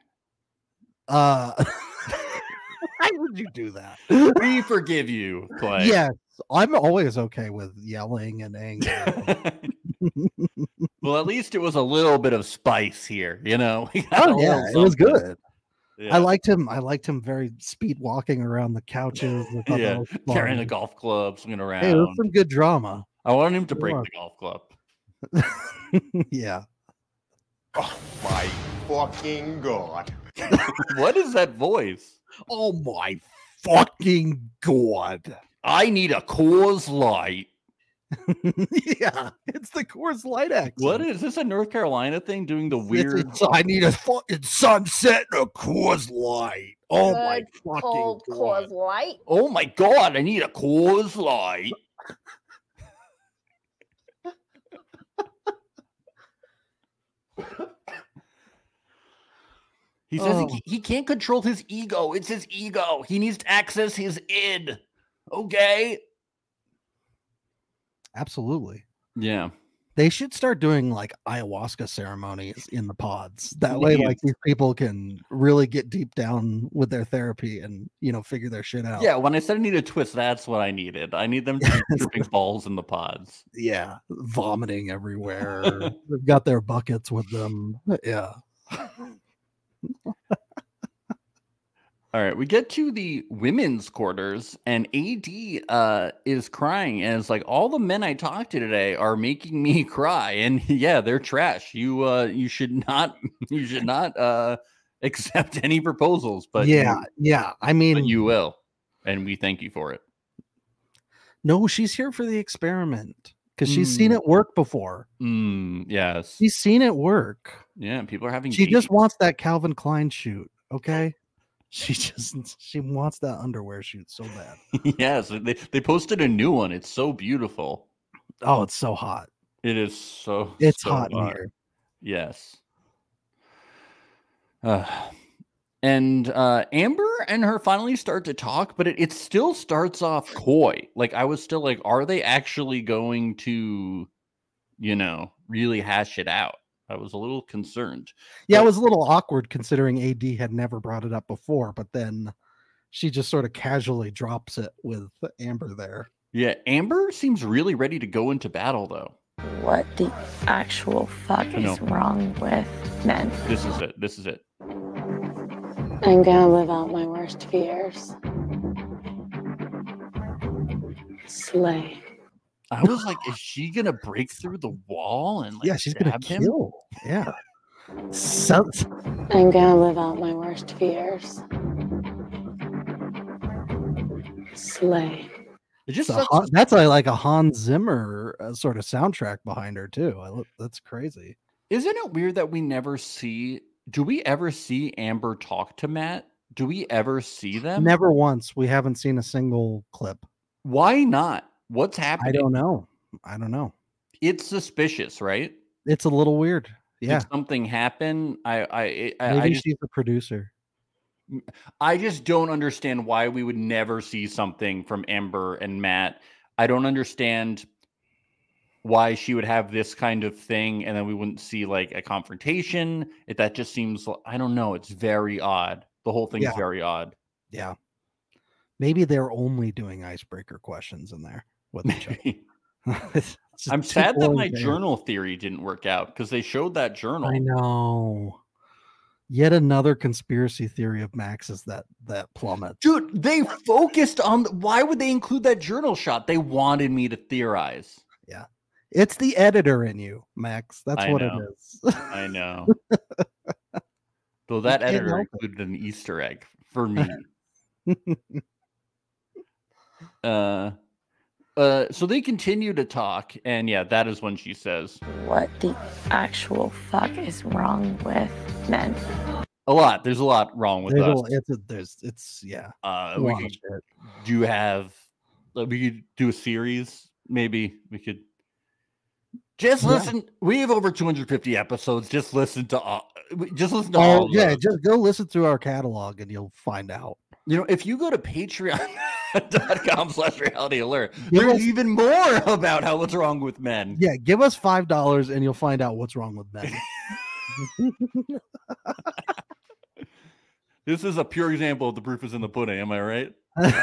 Speaker 3: Uh [LAUGHS] why would you do [LAUGHS] that?
Speaker 2: We forgive you, Clay.
Speaker 3: yes, I'm always okay with yelling and anger.
Speaker 2: [LAUGHS] well, at least it was a little bit of spice here, you know. [LAUGHS] We got a
Speaker 3: oh yeah, it
Speaker 2: little
Speaker 3: was
Speaker 2: something.
Speaker 3: good.
Speaker 2: Yeah.
Speaker 3: I liked him. I liked him very speed walking around the couches. I thought that
Speaker 2: Yeah,
Speaker 3: was
Speaker 2: carrying
Speaker 3: fun.
Speaker 2: a golf club, swinging around.
Speaker 3: Hey, there's some good drama. [LAUGHS]
Speaker 2: I wanted him to break
Speaker 3: Sure.
Speaker 2: the golf club.
Speaker 3: yeah.
Speaker 6: Oh my fucking god.
Speaker 2: what is that voice?
Speaker 3: Oh my fucking god.
Speaker 2: I need a Coors Light.
Speaker 3: [LAUGHS] yeah, it's the Coors Light accent.
Speaker 2: What is this? A North Carolina thing doing the
Speaker 3: It's-
Speaker 2: weird?
Speaker 3: it's- I need a fucking sunset and a Coors Light. Oh my fucking
Speaker 4: Cold
Speaker 3: God.
Speaker 4: cause light.
Speaker 2: Oh my god! I need a Coors Light. He says
Speaker 3: Oh.
Speaker 2: he, he can't control his ego. It's his ego. He needs to access his id. Okay.
Speaker 3: Absolutely.
Speaker 2: Yeah.
Speaker 3: They should start doing like ayahuasca ceremonies in the pods. That way,
Speaker 2: Please.
Speaker 3: like these people can really get deep down with their therapy and you know figure their shit out.
Speaker 2: Yeah. When I said I need a twist, that's what I needed. I need them to be dripping balls in the pods.
Speaker 3: yeah. Vomiting everywhere.
Speaker 2: [LAUGHS]
Speaker 3: They've got their buckets with them. Uh, Yeah. [LAUGHS]
Speaker 2: All right, we get to the women's quarters, and AD uh, is crying, and it's like all the men I talked to today are making me [LAUGHS] cry, and yeah, they're trash. You uh, you should not [LAUGHS] you should not uh, [LAUGHS] accept any proposals, but you-
Speaker 3: yeah, yeah. I mean,
Speaker 2: but you will, and we thank you for it.
Speaker 3: no, she's here for the experiment because she's seen it work before.
Speaker 2: Mm, yes,
Speaker 3: She's seen it work.
Speaker 2: yeah, people are having
Speaker 3: She just
Speaker 2: babies.
Speaker 3: wants that Calvin Klein shoot, okay? She [LAUGHS] just she wants that underwear shoot so bad.
Speaker 2: [LAUGHS] yes, they they posted a new one. It's so beautiful.
Speaker 3: Oh, it's so hot.
Speaker 2: It is so
Speaker 3: It's
Speaker 2: so
Speaker 3: hot in here.
Speaker 2: Yes. Uh, and uh, Amber and her finally start to talk, but it, it still starts off coy. Like I was still like, are they actually going to, you know, really hash it out? I was a little concerned.
Speaker 3: Yeah,
Speaker 2: But-
Speaker 3: it was a little awkward considering AD had never brought it up before, but then she just sort of casually drops it with Amber there.
Speaker 2: Yeah, Amber seems really ready to go into battle though.
Speaker 8: What the actual fuck
Speaker 2: I know.
Speaker 8: is wrong with men?
Speaker 2: This is it. This is it.
Speaker 5: I'm gonna live out my worst fears. Slay.
Speaker 2: I was like, is she gonna break through the wall and like
Speaker 3: yeah, she's gonna
Speaker 2: stab him?
Speaker 3: kill. Yeah.
Speaker 2: [LAUGHS]
Speaker 3: So,
Speaker 5: I'm gonna live out my worst fears. Slay.
Speaker 2: It just
Speaker 3: so
Speaker 2: sucks
Speaker 3: Han- that's a, like a Hans Zimmer uh, sort of soundtrack behind her too. I, lo- that's crazy.
Speaker 2: Isn't it weird that we never see? Do we ever see Amber talk to Matt? Do we ever see them?
Speaker 3: Never once we haven't seen a single clip.
Speaker 2: Why not? What's
Speaker 3: I
Speaker 2: happening?
Speaker 3: don't know. I don't know.
Speaker 2: It's suspicious, right?
Speaker 3: It's a little weird. Yeah,
Speaker 2: Did something happen? I I it- I, I
Speaker 3: maybe
Speaker 2: just
Speaker 3: she's a producer.
Speaker 2: I just don't understand why we would never see something from Amber and Matt. I don't understand why she would have this kind of thing and then we wouldn't see like a confrontation. It, that just seems l- I don't know, it's very odd. The whole thing's
Speaker 3: Yeah.
Speaker 2: very odd. [LAUGHS]
Speaker 3: Yeah, maybe they're only doing icebreaker questions in there with each other.
Speaker 2: [LAUGHS]
Speaker 3: [LAUGHS] It's just
Speaker 2: I'm
Speaker 3: too
Speaker 2: sad that
Speaker 3: boring
Speaker 2: my
Speaker 3: to answer.
Speaker 2: journal theory didn't work out because they showed that journal.
Speaker 3: I know. Yet another conspiracy theory of Max is that that plummet.
Speaker 2: Dude, they focused on the, why would they include that journal shot? They wanted me to theorize.
Speaker 3: It's the editor in you, Max. That's
Speaker 2: I
Speaker 3: what
Speaker 2: know.
Speaker 3: it is.
Speaker 2: I
Speaker 3: [LAUGHS]
Speaker 2: know. Though that
Speaker 3: can't
Speaker 2: editor
Speaker 3: help it.
Speaker 2: included an Easter egg for me.
Speaker 3: [LAUGHS]
Speaker 2: uh, uh, so they continue to talk, and yeah, that is when she says
Speaker 8: What the actual fuck is wrong with men?
Speaker 2: a lot. There's a lot wrong with
Speaker 3: There's a-
Speaker 2: us.
Speaker 3: it's a- there's it's yeah.
Speaker 2: Uh,
Speaker 3: a
Speaker 2: we
Speaker 3: lot of
Speaker 2: could
Speaker 3: shit.
Speaker 2: do have uh, we could do a series maybe we could just
Speaker 3: Yeah.
Speaker 2: listen we have over 250 episodes just listen to all we- just listen to all
Speaker 3: Oh
Speaker 2: of
Speaker 3: yeah,
Speaker 2: those.
Speaker 3: just go listen through our catalog and you'll find out.
Speaker 2: you know if you go to patreon.com [LAUGHS] slash reality alert
Speaker 3: Give
Speaker 2: there's
Speaker 3: us-
Speaker 2: even more [LAUGHS] about how what's wrong with men
Speaker 3: Yeah, give us five dollars and you'll find out what's wrong with Ben.
Speaker 2: this is a pure example of the proof is in the pudding am i right
Speaker 3: [LAUGHS]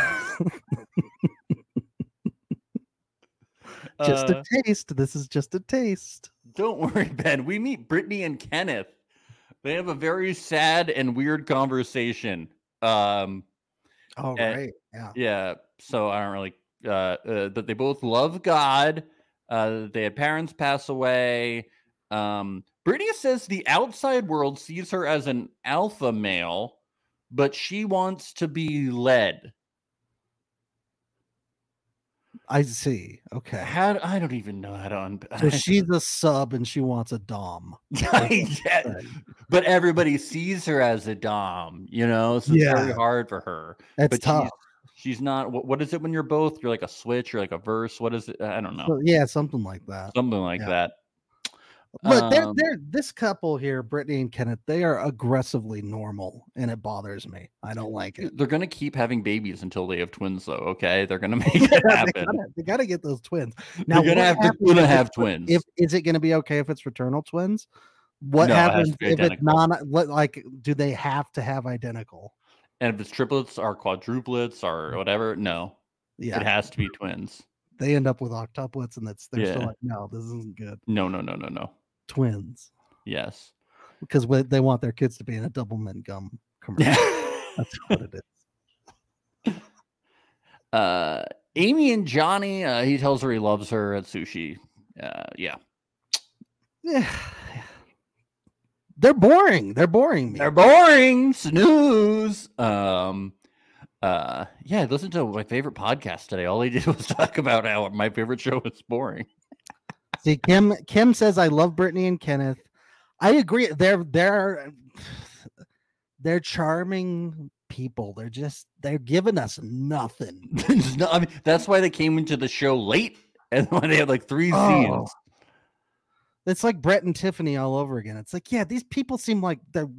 Speaker 3: just
Speaker 2: Uh,
Speaker 3: a taste. This is just a taste.
Speaker 2: Don't worry, [LAUGHS] Ben. We meet Brittany and Kenneth. They have a very sad and weird conversation. Um,
Speaker 3: All
Speaker 2: eh,
Speaker 3: right. Yeah.
Speaker 2: yeah. So I don't really. Uh, uh, that they both love God. Uh, that they had parents pass away. Um, Brittany says the outside world sees her as an alpha male, but she wants to be led.
Speaker 3: I see. Okay.
Speaker 2: How I don't even know how to un. [LAUGHS]
Speaker 3: So she's a sub and she wants a dom.
Speaker 2: I get-
Speaker 3: Right.
Speaker 2: but everybody sees her as a dom, you know, so it's very
Speaker 3: Yeah.
Speaker 2: hard for her.
Speaker 3: That's
Speaker 2: but
Speaker 3: tough.
Speaker 2: She's, she's not. What, what is it when you're both? You're like a switch. You're like a verse. What is it? I don't know.
Speaker 3: So, yeah, something like that.
Speaker 2: Something like
Speaker 3: yeah.
Speaker 2: that.
Speaker 3: But they're,
Speaker 2: Um,
Speaker 3: they're this couple here, Brittany and Kenneth, they are aggressively normal and it bothers me. I don't like it.
Speaker 2: They're gonna keep having babies until they have twins, though. Okay, they're gonna [LAUGHS]
Speaker 3: [LAUGHS]
Speaker 2: make it
Speaker 3: they,
Speaker 2: happen.
Speaker 3: gotta, they gotta get those twins.
Speaker 2: Now,
Speaker 3: Now,
Speaker 2: they're gonna
Speaker 3: what
Speaker 2: have to
Speaker 3: happens
Speaker 2: gonna
Speaker 3: if
Speaker 2: have
Speaker 3: it's fr-
Speaker 2: twins.
Speaker 3: If is it gonna be okay if it's fraternal twins? What
Speaker 2: No, it has to
Speaker 3: happens
Speaker 2: be
Speaker 3: if it's
Speaker 2: identical.
Speaker 3: non what like do they have to have identical?
Speaker 2: and if it's triplets or quadruplets or whatever, no,
Speaker 3: Mm-hmm. Yeah,
Speaker 2: it has to be twins.
Speaker 3: they end up with octuplets and that's they're
Speaker 2: Yeah.
Speaker 3: still like, no, this isn't good.
Speaker 2: No, no, no, no, no.
Speaker 3: Twins.
Speaker 2: Yes.
Speaker 3: Because what they want their kids to be in a double mint gum commercial. [LAUGHS] That's what it is.
Speaker 2: [LAUGHS] uh amy and johnny uh, he tells her he loves her at sushi uh yeah
Speaker 3: Yeah. They're boring. They're boring me.
Speaker 2: they're boring snooze um uh yeah i listened to my favorite podcast today all they did [LAUGHS] was talk about how my favorite show is boring
Speaker 3: See, Kim Kim says I love Brittany and Kenneth. I agree. They're they're they're charming people. They're just they're giving us
Speaker 2: [LAUGHS]
Speaker 3: nothing.
Speaker 2: It's not- I mean, that's why they came into the show late and [LAUGHS] why they had like three
Speaker 3: Oh.
Speaker 2: scenes
Speaker 3: It's like Brett and Tiffany all over again. It's like, yeah, these people seem like they're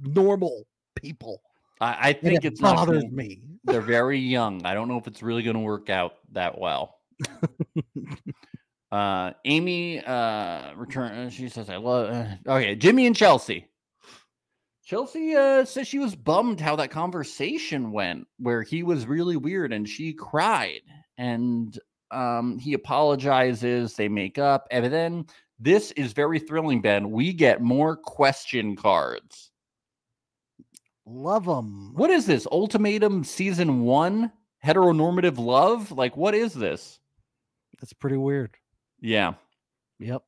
Speaker 3: normal. people.
Speaker 2: I, I
Speaker 3: And
Speaker 2: think
Speaker 3: it
Speaker 2: it's not
Speaker 3: bothers
Speaker 2: gonna-
Speaker 3: me.
Speaker 2: They're very young. I don't know if it's really going to work out that well. uh, Amy uh, return. She says, "I love." Uh, okay, Jimmy and Chelsea. Chelsea uh, says she was bummed how that conversation went, where he was really weird and she cried, and um, he apologizes. They make up, and then this is very thrilling. Ben, we get more question cards.
Speaker 3: Love them.
Speaker 2: What is this? Ultimatum season one? Heteronormative love? Like, what is this?
Speaker 3: That's pretty weird.
Speaker 2: Yeah.
Speaker 3: Yep.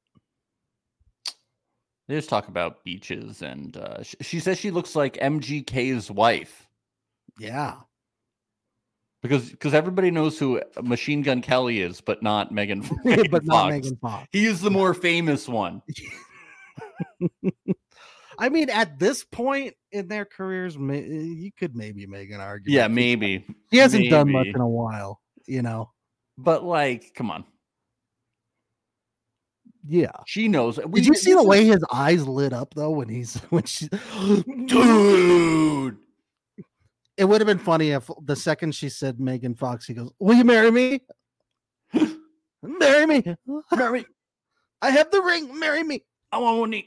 Speaker 2: They just talk about beaches. And uh, sh- she says she looks like MGK's wife
Speaker 3: Yeah.
Speaker 2: because because everybody knows who Machine Gun Kelly is, but not Megan. Megan
Speaker 3: [LAUGHS] but not
Speaker 2: Fox.
Speaker 3: Megan Fox. [LAUGHS]
Speaker 2: He is the more famous one.
Speaker 3: I mean, at this point in their careers, ma- you could maybe make an argument.
Speaker 2: Yeah,
Speaker 3: He's-
Speaker 2: maybe.
Speaker 3: He hasn't done much
Speaker 2: maybe.
Speaker 3: in a while, you know.
Speaker 2: But like, come on.
Speaker 3: Yeah.
Speaker 2: She knows. We-
Speaker 3: Did you see
Speaker 2: this
Speaker 3: the
Speaker 2: is-
Speaker 3: way his eyes lit up though when he's [LAUGHS] when she?
Speaker 2: [GASPS] Dude.
Speaker 3: It would have been funny if the second she said Megan Fox, he goes, "Will you
Speaker 2: [GASPS]
Speaker 3: marry me? marry me?
Speaker 2: Mary,
Speaker 3: I have the ring. Marry me."
Speaker 2: I want to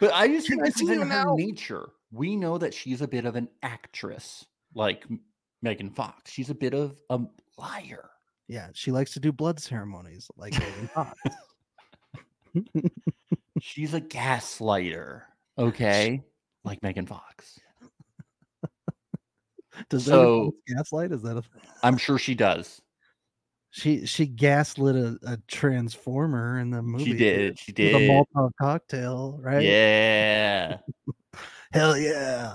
Speaker 2: but I just
Speaker 3: Can
Speaker 2: think
Speaker 3: I
Speaker 2: this is in
Speaker 3: see you
Speaker 2: her
Speaker 3: now?
Speaker 2: nature. We know that she's a bit of an actress, like M- Megan Fox. She's a bit of a liar.
Speaker 3: Yeah, she likes to do blood ceremonies
Speaker 2: [LAUGHS]
Speaker 3: like Megan Fox.
Speaker 2: She's a gaslighter. Okay, like Megan Fox.
Speaker 3: Does
Speaker 2: So-
Speaker 3: so, gaslight? Is that a
Speaker 2: I'm sure she does.
Speaker 3: she she gaslit a, a transformer in the movie?
Speaker 2: She did. She
Speaker 3: with
Speaker 2: did.
Speaker 3: a Molotov cocktail, right?
Speaker 2: Yeah.
Speaker 3: Hell yeah.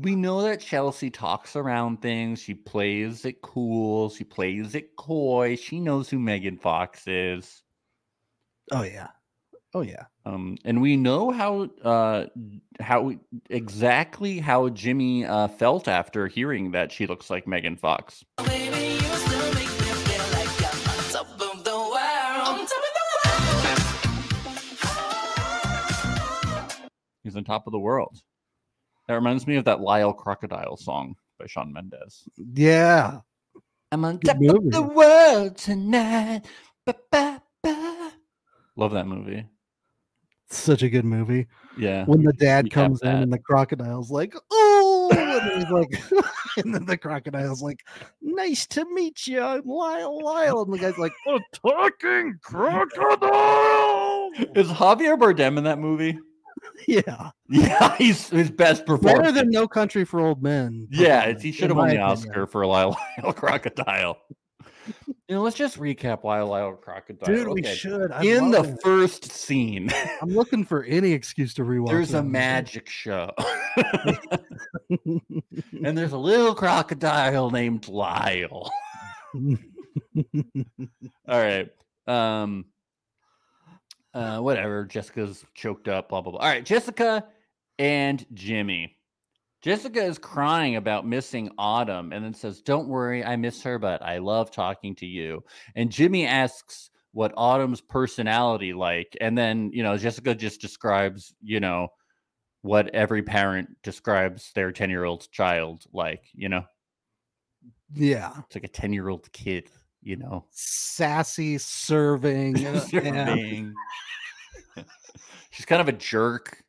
Speaker 2: we know that Chelsea talks around things. She plays it cool. She plays it coy. She knows who Megan Fox is.
Speaker 3: Oh yeah. Oh yeah.
Speaker 2: Um, and we know how uh, how exactly how Jimmy uh, felt after hearing that she looks like Megan Fox. He's on top of the world. That reminds me of that Lyle Crocodile song by Sean Mendez.
Speaker 3: Yeah.
Speaker 2: I'm on
Speaker 3: Good
Speaker 2: top
Speaker 3: movie.
Speaker 2: of
Speaker 3: [LAUGHS]
Speaker 2: the world tonight. Ba, ba, ba. Love that movie.
Speaker 3: Such a good movie.
Speaker 2: Yeah.
Speaker 3: when the dad
Speaker 2: we have
Speaker 3: comes in and the crocodile's like, "Oh," and he's like, [LAUGHS] and then the crocodile's like, "Nice to meet you, I'm Lyle Lyle," and the guy's like, "A talking crocodile."
Speaker 2: [LAUGHS] Is Javier Bardem in that movie?
Speaker 3: [LAUGHS]
Speaker 2: [LAUGHS]
Speaker 3: Yeah,
Speaker 2: Yeah, he's his best performance.
Speaker 3: better than No Country for Old Men.
Speaker 2: Yeah,
Speaker 3: probably,
Speaker 2: it's, he
Speaker 3: in
Speaker 2: should have won
Speaker 3: my
Speaker 2: the
Speaker 3: opinion.
Speaker 2: Oscar for Lyle [LAUGHS] Lyle Crocodile. you know, let's just recap Lyle Lyle Crocodile.
Speaker 3: dude. We
Speaker 2: Okay.
Speaker 3: should. I
Speaker 2: In the
Speaker 3: love it.
Speaker 2: first scene,
Speaker 3: I'm looking for any excuse to rewatch.
Speaker 2: there's
Speaker 3: that
Speaker 2: a
Speaker 3: movie.
Speaker 2: magic show. [LAUGHS] and there's a little crocodile named Lyle. All right. Um uh whatever. Jessica's choked up, blah blah blah. All right, Jessica and Jimmy. Jessica is crying about missing Autumn and then says, Don't worry, I miss her, but I love talking to you. And Jimmy asks what Autumn's personality like. And then, you know, Jessica just describes, you know, what every parent describes their 10 year old child like, you know,
Speaker 3: [LAUGHS] yeah,
Speaker 2: it's like a 10 year old kid, you know,
Speaker 3: sassy serving. and-
Speaker 2: [LAUGHS]
Speaker 3: and-
Speaker 2: Serving. [LAUGHS] She's kind of a jerk.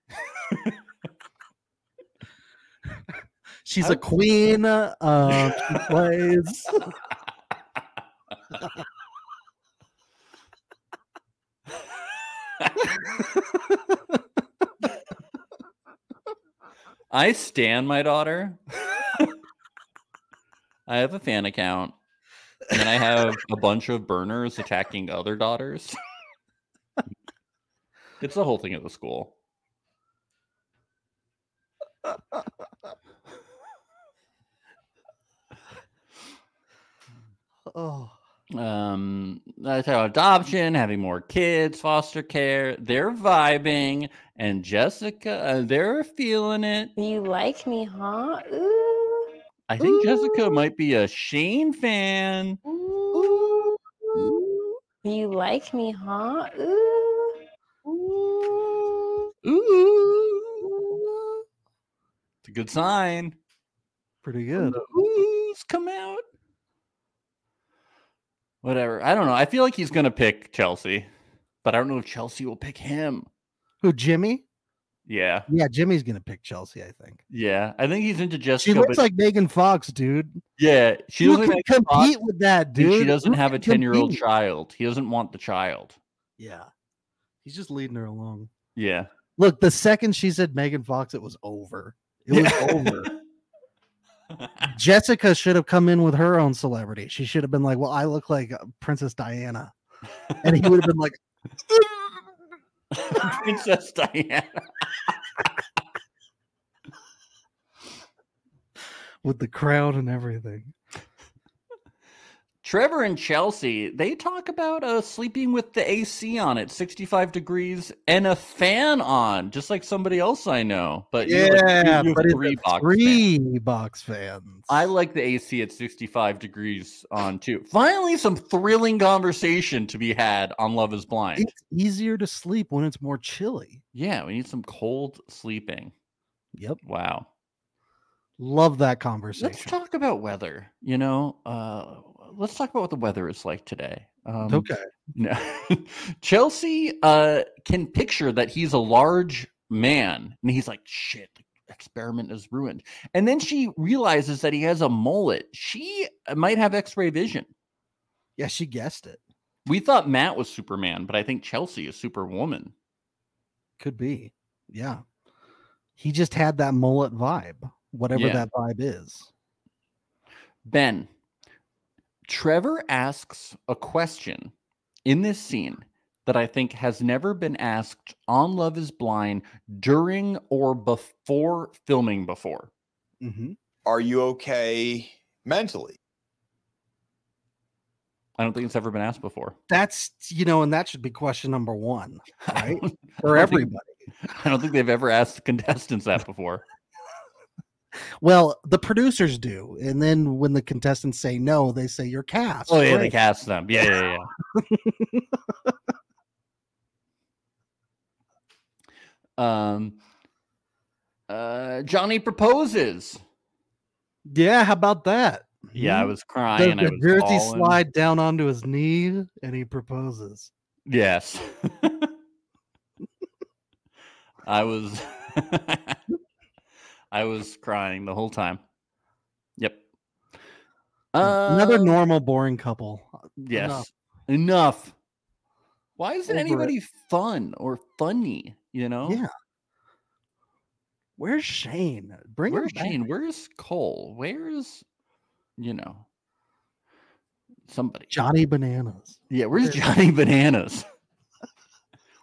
Speaker 3: She's a queen. Uh,
Speaker 2: [LAUGHS]
Speaker 3: she plays.
Speaker 2: I stand my daughter. I have a fan account. And then I have a bunch of burners attacking other daughters. [LAUGHS] it's the whole thing at the school.
Speaker 3: Oh.
Speaker 2: um I talk about adoption having more kids foster care they're vibing and jessica uh, they're feeling it
Speaker 5: You like me, huh? Ooh.
Speaker 2: i think jessica might be a shane fan
Speaker 5: Ooh. You like me, huh? Ooh. Ooh.
Speaker 2: Ooh. good sign.
Speaker 3: Pretty good.
Speaker 2: Oohs come out. Whatever. I don't know. I feel like he's gonna pick Chelsea, but I don't know if Chelsea will pick him.
Speaker 3: Who, Jimmy?
Speaker 2: Yeah,
Speaker 3: Yeah, Jimmy's gonna pick Chelsea. I think
Speaker 2: yeah. I think he's into
Speaker 3: she
Speaker 2: Jessica.
Speaker 3: looks
Speaker 2: but-
Speaker 3: like Megan Fox, dude.
Speaker 2: yeah, she
Speaker 3: Who
Speaker 2: doesn't
Speaker 3: could
Speaker 2: like Fox,
Speaker 3: compete with that,
Speaker 2: and
Speaker 3: dude?
Speaker 2: She doesn't
Speaker 3: Who
Speaker 2: have a
Speaker 3: could
Speaker 2: ten year old
Speaker 3: compete?
Speaker 2: child. He doesn't want the child.
Speaker 3: Yeah, he's just leading her along.
Speaker 2: Yeah. [LAUGHS]
Speaker 3: Look, the second she said Megan Fox, it was over. It was over. [LAUGHS] Jessica should have come in with her own celebrity. She should have been like, "Well, I look like uh, Princess Diana," and he would have been like,
Speaker 2: Princess Diana.
Speaker 3: with the crown and everything.
Speaker 2: Trevor and Chelsea, they talk about uh, sleeping with the AC on at 65 degrees and a fan on, just like somebody else I know. But you're like- you- you have
Speaker 3: but it's
Speaker 2: three
Speaker 3: a
Speaker 2: box fan.
Speaker 3: three box fans.
Speaker 2: I like the AC at 65 degrees on too. Finally, some thrilling conversation to be had on Love is Blind.
Speaker 3: It's easier to sleep when it's more chilly.
Speaker 2: yeah, we need some cold sleeping.
Speaker 3: Yep,
Speaker 2: Wow.
Speaker 3: love that
Speaker 2: Let's
Speaker 3: conversation.
Speaker 2: talk about weather. You know, uh, let's talk about what the weather is like today. Um,
Speaker 3: okay,
Speaker 2: No. [LAUGHS] Chelsea uh, can picture that he's a large man and he's like, shit, the experiment is ruined. And then she realizes that he has a mullet. She uh, might have x ray vision.
Speaker 3: yeah, she guessed it.
Speaker 2: We thought Matt was Superman, but I think Chelsea is Superwoman.
Speaker 3: Could be, yeah. He just had that mullet vibe, whatever
Speaker 2: Yeah.
Speaker 3: that vibe is.
Speaker 2: Ben, Trevor asks a question in this scene that I think has never been asked on Love is Blind during or before filming before.
Speaker 3: Mm-hmm.
Speaker 6: Are you okay mentally?
Speaker 2: I don't think it's ever been asked before.
Speaker 3: That's you know, and that should be question number one
Speaker 2: I
Speaker 3: Right?
Speaker 2: don't-
Speaker 3: for
Speaker 2: I think-
Speaker 3: everybody.
Speaker 2: [LAUGHS] I don't think they've ever asked the contestants that before.
Speaker 3: Well, the producers do, and then when the contestants say no, they say you're
Speaker 2: [LAUGHS]
Speaker 3: cast.
Speaker 2: Oh yeah, they
Speaker 3: Great.
Speaker 2: cast them. Yeah, yeah, yeah. [LAUGHS] um, uh, Johnny proposes.
Speaker 3: yeah. How about that?
Speaker 2: Yeah, I
Speaker 3: Hmm?
Speaker 2: was
Speaker 3: Does
Speaker 2: crying. I
Speaker 3: the
Speaker 2: was
Speaker 3: jersey
Speaker 2: bawling.
Speaker 3: slide down onto his knee, and he proposes.
Speaker 2: Yes. [LAUGHS] I was. [LAUGHS] I was crying the whole time. Yep.
Speaker 3: Hmm, Another
Speaker 2: Uh,
Speaker 3: normal, boring couple.
Speaker 2: Yes.
Speaker 3: Enough.
Speaker 2: Enough. Why isn't
Speaker 3: Over it.
Speaker 2: anybody fun or funny? You know?
Speaker 3: Yeah. Where's Shane? Bring
Speaker 2: Where's
Speaker 3: Where's him Shane?
Speaker 2: Shane? Where's Cole? Where's, you know, somebody?
Speaker 3: Johnny Bananas.
Speaker 2: Yeah. Where's
Speaker 3: Where-
Speaker 2: Johnny Bananas?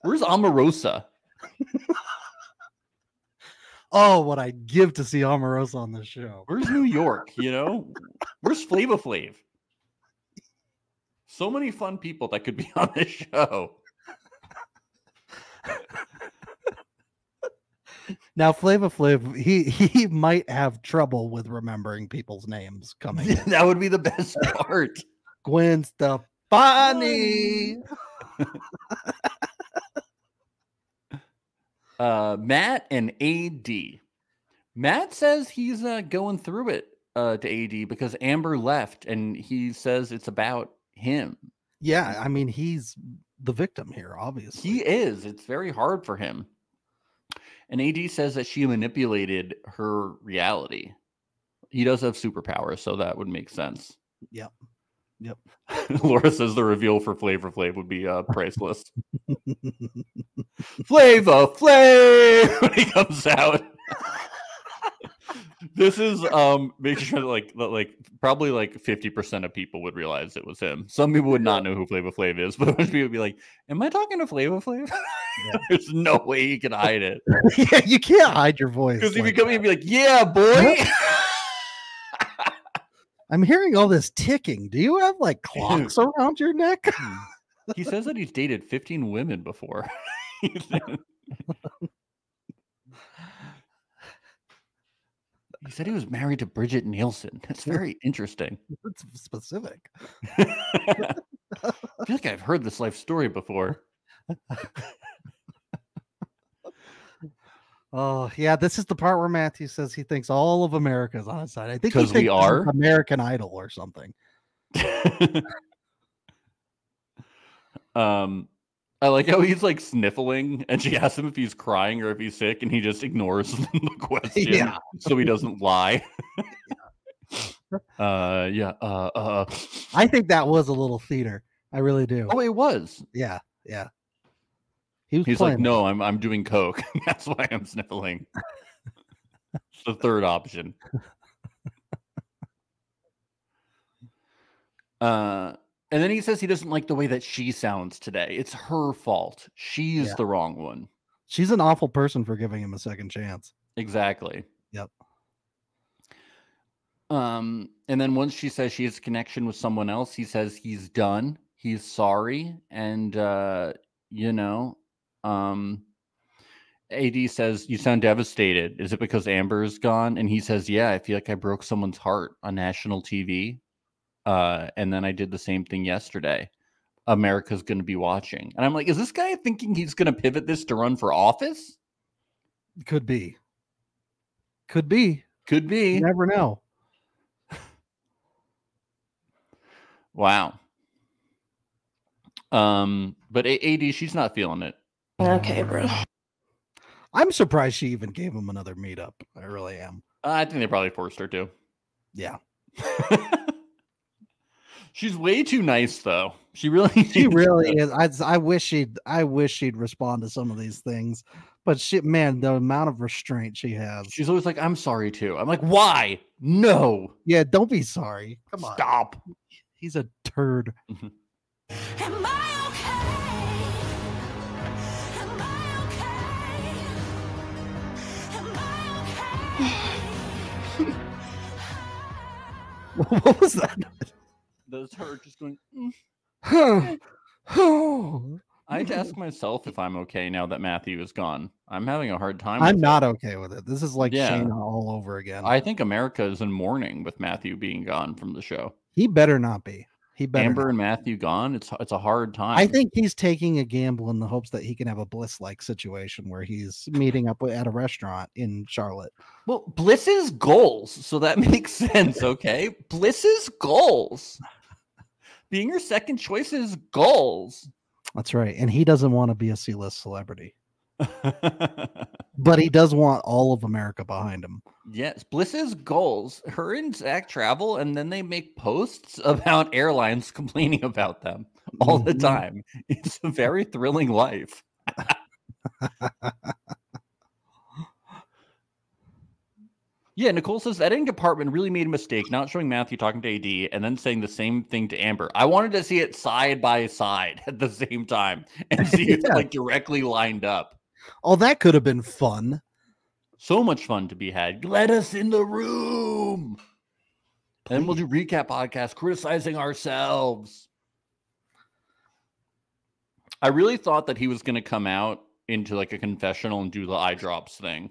Speaker 2: where's Omarosa?
Speaker 3: Oh, what I'd give to see Omarosa on the show.
Speaker 2: Where's New York? You know? Where's Flava Flav? So many fun people that could be [LAUGHS] on this show.
Speaker 3: Now, Flava Flav, he [LAUGHS] he might have trouble with remembering people's names coming. in.
Speaker 2: [LAUGHS] that would be the best part.
Speaker 3: Gwen Stefani.
Speaker 2: uh, Matt and AD. Matt says he's uh, going through it uh, to AD because Amber left, and he says it's about him.
Speaker 3: Yeah, I mean he's the victim here, obviously.
Speaker 2: He is. It's very hard for him. And AD says that she manipulated her reality. He does have superpowers, so that would make sense.
Speaker 3: Yep. Yep.
Speaker 2: [LAUGHS] Laura says the reveal for Flavor Flav would be uh, priceless. Flavor Flav [LAUGHS] when he comes out. [LAUGHS] this is um making sure that like that, like probably like 50% of people would realize it was him. Some people would not know who Flavor Flav is, [LAUGHS] but most people would be like, Am I talking to Flavor Flav? [LAUGHS] There's no way he could hide it.
Speaker 3: [LAUGHS] yeah, you can't hide your voice.
Speaker 2: Because he'd be
Speaker 3: like
Speaker 2: coming
Speaker 3: that.
Speaker 2: and be like, Yeah, boy.
Speaker 3: I'm hearing all this ticking. Do you have like clocks around your neck? [LAUGHS]
Speaker 2: Hmm. he says that he's dated 15 women before. [LAUGHS] he said he was married to Bridget Nielsen. That's very interesting.
Speaker 3: That's specific.
Speaker 2: I feel like I've heard this life story before.
Speaker 3: Oh yeah, this is the part where Matthew says he thinks all of America is on his side. I think he
Speaker 2: 'Cause we
Speaker 3: thinks this is
Speaker 2: are?
Speaker 3: American Idol or something.
Speaker 2: [LAUGHS] um, I like how he's like sniffling, and she asks him if he's crying or if he's sick, and he just ignores [LAUGHS] the question,
Speaker 3: Yeah.
Speaker 2: so he doesn't lie. [LAUGHS] uh, yeah. Uh, uh.
Speaker 3: I think that was a little theater. I really do.
Speaker 2: Oh, it was.
Speaker 3: Yeah, yeah. He was
Speaker 2: He's
Speaker 3: playing.
Speaker 2: like, no, I'm I'm doing coke. [LAUGHS] That's why I'm sniffling. it's the third option. Uh, and then he says he doesn't like the way that she sounds today. It's her fault. She's
Speaker 3: Yeah.
Speaker 2: the wrong one.
Speaker 3: She's an awful person for giving him a second chance.
Speaker 2: Exactly.
Speaker 3: Yep.
Speaker 2: Um, and then once she says she has a connection with someone else, he says he's done, he's sorry, and uh, you know, um AD says, You sound devastated. Is it because Amber is gone? And he says, Yeah, I feel like I broke someone's heart on national TV. Uh, and then I did the same thing yesterday. America's gonna be watching. And I'm like, is this guy thinking he's gonna pivot this to run for office?
Speaker 3: Could be. Could be.
Speaker 2: Could be.
Speaker 3: You never know.
Speaker 2: Wow. Um, but A- AD, she's not feeling it.
Speaker 8: Okay, bro.
Speaker 3: I'm surprised she even gave him another meetup. I really am.
Speaker 2: Uh, I think they probably forced her to. [LAUGHS]
Speaker 3: [LAUGHS] Yeah.
Speaker 2: she's way too nice, though. She really,
Speaker 3: She
Speaker 2: [LAUGHS] needs
Speaker 3: really
Speaker 2: to-
Speaker 3: is. I, I wish she'd I wish she'd respond to some of these things. But she man, the amount of restraint she has.
Speaker 2: She's always like, "I'm sorry too." I'm like, "Why? No,
Speaker 3: Yeah, don't be sorry. Come on.
Speaker 2: stop."
Speaker 3: He's a turd.
Speaker 9: Am I okay? Am I okay? Am I okay?
Speaker 3: [LAUGHS] what was [SIGHS] that?
Speaker 2: That's her just going. "Mm."
Speaker 3: I'm
Speaker 2: I had to ask myself if I'm okay now that Matthew is gone. I'm having a hard time. with it.
Speaker 3: not okay with it. This is like
Speaker 2: Yeah.
Speaker 3: Shayna all over again.
Speaker 2: I think America is in mourning with Matthew being gone from the show.
Speaker 3: he better not be. He better.
Speaker 2: Amber
Speaker 3: not.
Speaker 2: and Matthew gone. It's it's a hard time.
Speaker 3: I think he's taking a gamble in the hopes that he can have a bliss like situation where he's meeting up with- at a restaurant in Charlotte.
Speaker 2: Well, Bliss's goals, so that [LAUGHS] makes sense, okay? Bliss's goals. Being your second choice is goals.
Speaker 3: That's right. And he doesn't want to be a C list celebrity, but he does want all of America behind him.
Speaker 2: yes, Bliss's goals. Her and Zach travel, and then they make posts [LAUGHS] about airlines [LAUGHS] complaining about them all the
Speaker 3: Mhm.
Speaker 2: time. [LAUGHS] It's a very thrilling life. [LAUGHS] yeah, Nicole says that editing department really made a mistake not showing Matthew talking to AD and then saying the same thing to Amber. I wanted to see it side by side [LAUGHS] at the same time and see [LAUGHS] if
Speaker 3: Yeah.
Speaker 2: like directly lined up.
Speaker 3: Oh, that could have been fun.
Speaker 2: So much fun to be had. Let us in the room. And then we'll do recap podcast criticizing ourselves. I really thought that he was going to come out into like a confessional and do the eye drops thing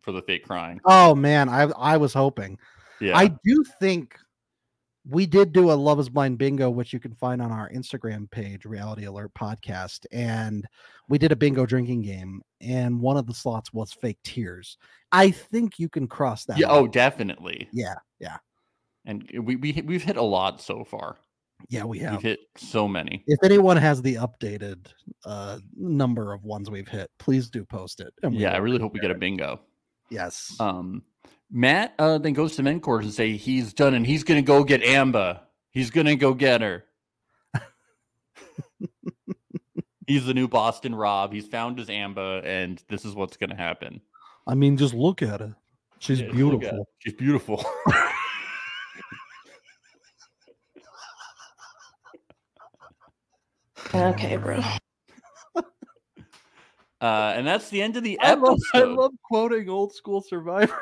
Speaker 2: for the fake crying.
Speaker 3: Oh man, I I was hoping.
Speaker 2: Yeah.
Speaker 3: I do think we did do a Love is Blind bingo, which you can find on our Instagram page, Reality Alert Podcast. And we did a bingo drinking game, and one of the slots was fake tears. I think you can cross that.
Speaker 2: yeah,
Speaker 3: off.
Speaker 2: oh, definitely.
Speaker 3: Yeah, yeah.
Speaker 2: And we, we hit- we've hit a lot so far.
Speaker 3: yeah, we have.
Speaker 2: We've hit so many.
Speaker 3: If anyone has the updated uh, number of ones we've hit, please do post it. and we
Speaker 2: Yeah, I
Speaker 3: will
Speaker 2: really
Speaker 3: compare
Speaker 2: hope we get a
Speaker 3: it.
Speaker 2: bingo.
Speaker 3: Yes.
Speaker 2: Um, Matt uh, then goes to Mencors and say he's done and he's gonna go get Amber. He's gonna go get her. [LAUGHS] he's the new Boston Rob. He's found his Amber, and this is what's gonna happen.
Speaker 3: I mean, just look at her. She's
Speaker 2: Yeah, just look at
Speaker 3: beautiful.
Speaker 2: it. She's beautiful. [LAUGHS]
Speaker 8: [SIGHS] Okay, bro.
Speaker 2: uh, and that's the end of the
Speaker 3: I love,
Speaker 2: episode.
Speaker 3: I love quoting old school Survivor.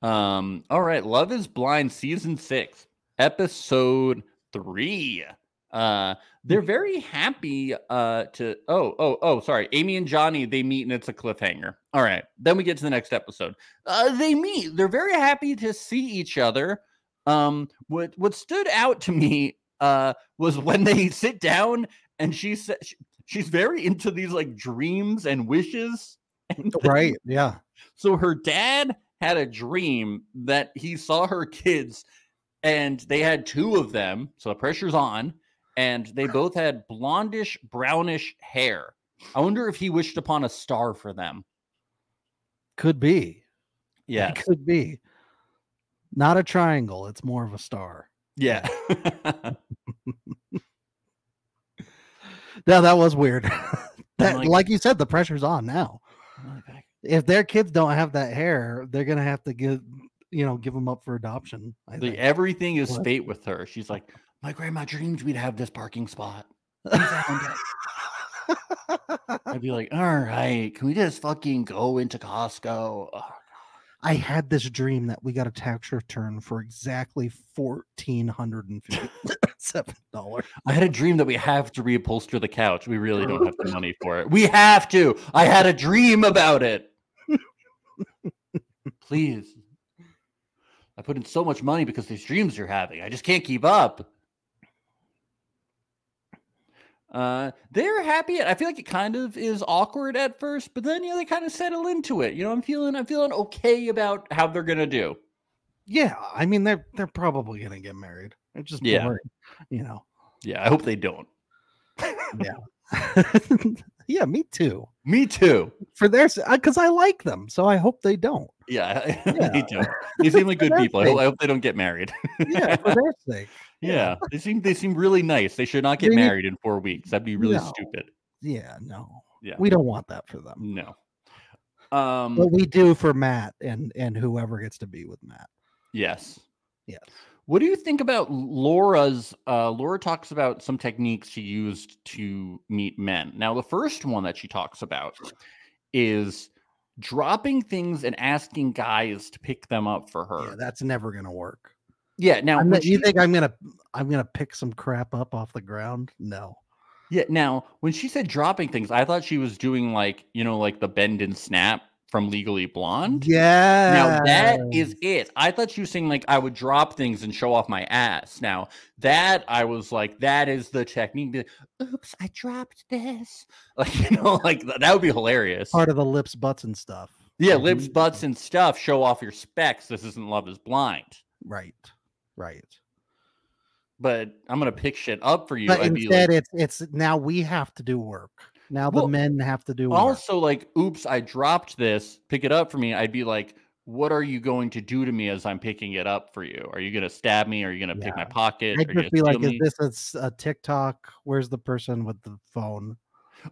Speaker 2: Um, all right, Love is Blind season six, episode three. Uh, they're very happy. Uh, to oh, oh, oh, sorry, Amy and Johnny they meet and it's a cliffhanger. All right, then we get to the next episode. Uh, they meet, they're very happy to see each other. Um, what [LAUGHS] what stood out to me, uh, was when they sit down and she said, she's very into these like dreams and wishes. and things.
Speaker 3: right. Yeah.
Speaker 2: So her dad had a dream that he saw her kids and they had two of them. So the pressure's on. And they both had blondish, brownish hair. I wonder if he wished upon a star for them.
Speaker 3: Could be.
Speaker 2: Yeah.
Speaker 3: It could be. Not a triangle. It's more of a star.
Speaker 2: [LAUGHS] Yeah. [LAUGHS]
Speaker 3: Yeah, that was weird. [LAUGHS] that,
Speaker 2: like-
Speaker 3: like, you said, the pressure's on now. If their kids don't have that hair, they're gonna have to give you know give them up for adoption. I
Speaker 2: Like,
Speaker 3: think.
Speaker 2: everything is
Speaker 3: What?
Speaker 2: fate with her. She's like, my grandma dreamed we'd have this parking spot. Please have it." I'd be like, all right, can we just fucking go into Costco? Ugh.
Speaker 3: [LAUGHS] I had this dream that we got a tax return for exactly fourteen hundred and fifty-seven dollars.
Speaker 2: I had a dream that we have to reupholster the couch. We really don't have the money for it. We have to. I had a dream about it. Please. I put in so much money because these dreams you're having. I just can't keep up. Uh, they're happy. I feel like it kind of is awkward at first, but then you know they kind of settle into it. You know, I'm feeling I'm feeling okay about how they're gonna do.
Speaker 3: Yeah, I mean they're they're probably gonna get married. It's just
Speaker 2: Yeah.
Speaker 3: boring, you know. [LAUGHS]
Speaker 2: Yeah, I hope they don't.
Speaker 3: yeah, me too.
Speaker 2: Me too.
Speaker 3: For their because I like them, so I hope they don't.
Speaker 2: Yeah, [LAUGHS]
Speaker 3: Yeah.
Speaker 2: me too. They seem
Speaker 3: [LAUGHS]
Speaker 2: like good
Speaker 3: That's
Speaker 2: people. I hope,
Speaker 3: nice.
Speaker 2: I hope they don't get married. [LAUGHS]
Speaker 3: Yeah, for their sake.
Speaker 2: Yeah, they seem they seem really nice. They should not get
Speaker 3: They need-
Speaker 2: married in four weeks. That'd be really
Speaker 3: No.
Speaker 2: stupid.
Speaker 3: Yeah, no,
Speaker 2: Yeah,
Speaker 3: we don't want that for them.
Speaker 2: no. Um.
Speaker 3: But we do for Matt and and whoever gets to be with Matt.
Speaker 2: yes.
Speaker 3: Yes.
Speaker 2: What do you think about Laura's? Uh, Laura talks about some techniques she used to meet men. Now, the first one that she talks about is dropping things and asking guys to pick them up for her.
Speaker 3: Yeah, that's never gonna work.
Speaker 2: Yeah. now,
Speaker 3: I'm
Speaker 2: when
Speaker 3: not- you
Speaker 2: she-
Speaker 3: think I'm gonna I'm gonna pick some crap up off the ground? No.
Speaker 2: Yeah. Now, when she said dropping things, I thought she was doing like, you know, like the bend and snap from Legally Blonde.
Speaker 3: Yeah.
Speaker 2: Now, that is it. I thought she was saying like, I would drop things and show off my ass. Now, that I was like, that is the technique. Be like, Oops, I dropped this. [LAUGHS] Like, you know, like th- that would be hilarious.
Speaker 3: part of the lips, butts, and stuff.
Speaker 2: yeah.
Speaker 3: Mhm.
Speaker 2: Lips, butts, and stuff. Show off your specs. This isn't Love is Blind.
Speaker 3: Right. Right.
Speaker 2: But I'm going to pick shit up for you.
Speaker 3: But
Speaker 2: I'd be
Speaker 3: instead,
Speaker 2: like-
Speaker 3: it's it's now we have to do work. Now
Speaker 2: Well,
Speaker 3: the men have to do work.
Speaker 2: also like oops i dropped this pick it up for me i'd be like what are you going to do to me as i'm picking it up for you are you going to stab me are you going to pick my pocket
Speaker 3: I'd
Speaker 2: Are you
Speaker 3: just
Speaker 2: gonna
Speaker 3: be like,
Speaker 2: steal
Speaker 3: "Is
Speaker 2: me?"
Speaker 3: this a s- a, TikTok? Where's the person with the phone?"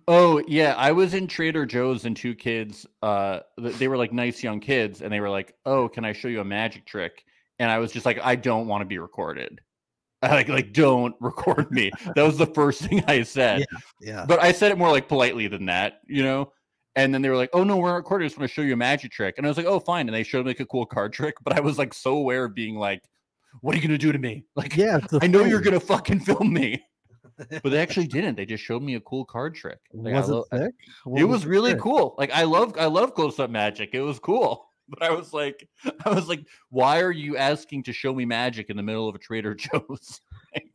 Speaker 2: oh yeah i was in trader joe's and two kids uh th- they were like nice young kids and they were like oh can i show you a magic trick and i was just like i don't want to be recorded [LAUGHS] I like like don't record me that was the first thing i said
Speaker 3: Yeah.
Speaker 2: but I said it more like politely than that, you know. And then they were like, "Oh no, we're not recording. I just want to show you a magic trick." And I was like, "Oh, fine." And they showed me like a cool card [LAUGHS] trick, but I was like so aware of being like, "What are you gonna do to me?" Like,
Speaker 3: Yeah. it's the
Speaker 2: [LAUGHS] I know you're
Speaker 3: thing.
Speaker 2: gonna fucking film
Speaker 3: [LAUGHS]
Speaker 2: me, but they actually didn't. They just showed me a cool card trick. Like, I
Speaker 3: was
Speaker 2: lo-
Speaker 3: it sick? What
Speaker 2: it was
Speaker 3: the
Speaker 2: really
Speaker 3: trick?
Speaker 2: cool. Like, I love, I love close up magic. It was cool. [LAUGHS] But I was like, I was like, why are you asking to show me magic in the middle of a Trader [LAUGHS] Joe's?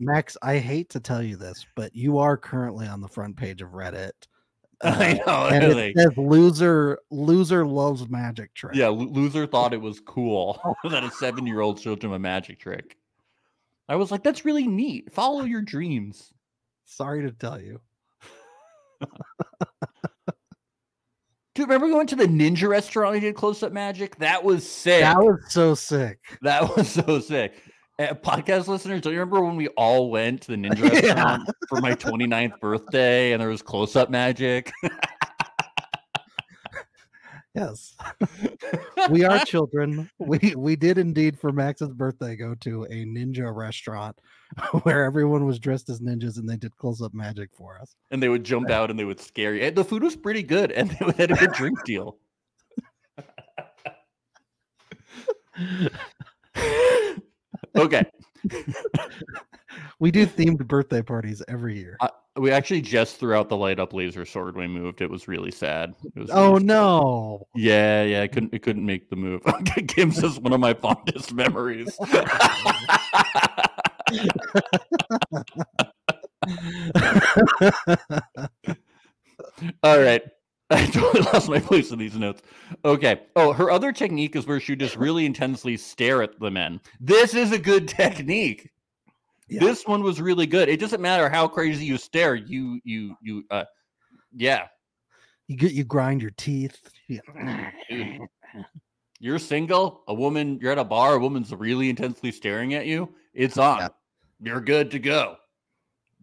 Speaker 3: Max, I hate to tell you this, but you are currently on the front page of Reddit.
Speaker 2: I
Speaker 3: uh,
Speaker 2: know,
Speaker 3: and
Speaker 2: really.
Speaker 3: it says loser loser loves magic trick.
Speaker 2: Yeah, lo- loser thought it was
Speaker 3: Oh.
Speaker 2: cool [LAUGHS] that a seven year old showed him a magic trick. I was like, that's really neat. Follow your dreams.
Speaker 3: Sorry to tell you.
Speaker 2: Dude, remember we went to the ninja restaurant and did close up magic? That was sick.
Speaker 3: That was so sick.
Speaker 2: That [LAUGHS] was so sick. Uh, podcast listeners, don't you remember when we all went to the ninja
Speaker 3: [LAUGHS] Yeah.
Speaker 2: restaurant for my 29th birthday and there was close up magic? [LAUGHS]
Speaker 3: Yes. we are children. We we did indeed for Max's birthday go to a ninja restaurant [LAUGHS] where everyone was dressed as ninjas and they did close up magic for us.
Speaker 2: and they would jump out and they would scare you. And the food was pretty good and they had a good drink deal. okay.
Speaker 3: We do themed birthday parties every year.
Speaker 2: I- We actually just threw out the light up laser sword when we moved. It was really sad. It was
Speaker 3: Oh
Speaker 2: really sad.
Speaker 3: no.
Speaker 2: Yeah, yeah, I couldn't it couldn't make the move. [LAUGHS] Kim says one of my fondest memories. [LAUGHS] All right. [LAUGHS] I totally lost my place in these notes. Okay. Oh, her other technique is where she just really intensely stare at the men. This is a good technique.
Speaker 3: Yeah.
Speaker 2: This one was really good. It doesn't matter how crazy you stare. You you you uh yeah.
Speaker 3: You get you grind your teeth. Yeah.
Speaker 2: dude. You're single, a woman, you're at a bar, a woman's really intensely staring at you. It's on.
Speaker 3: Yeah.
Speaker 2: You're good to go.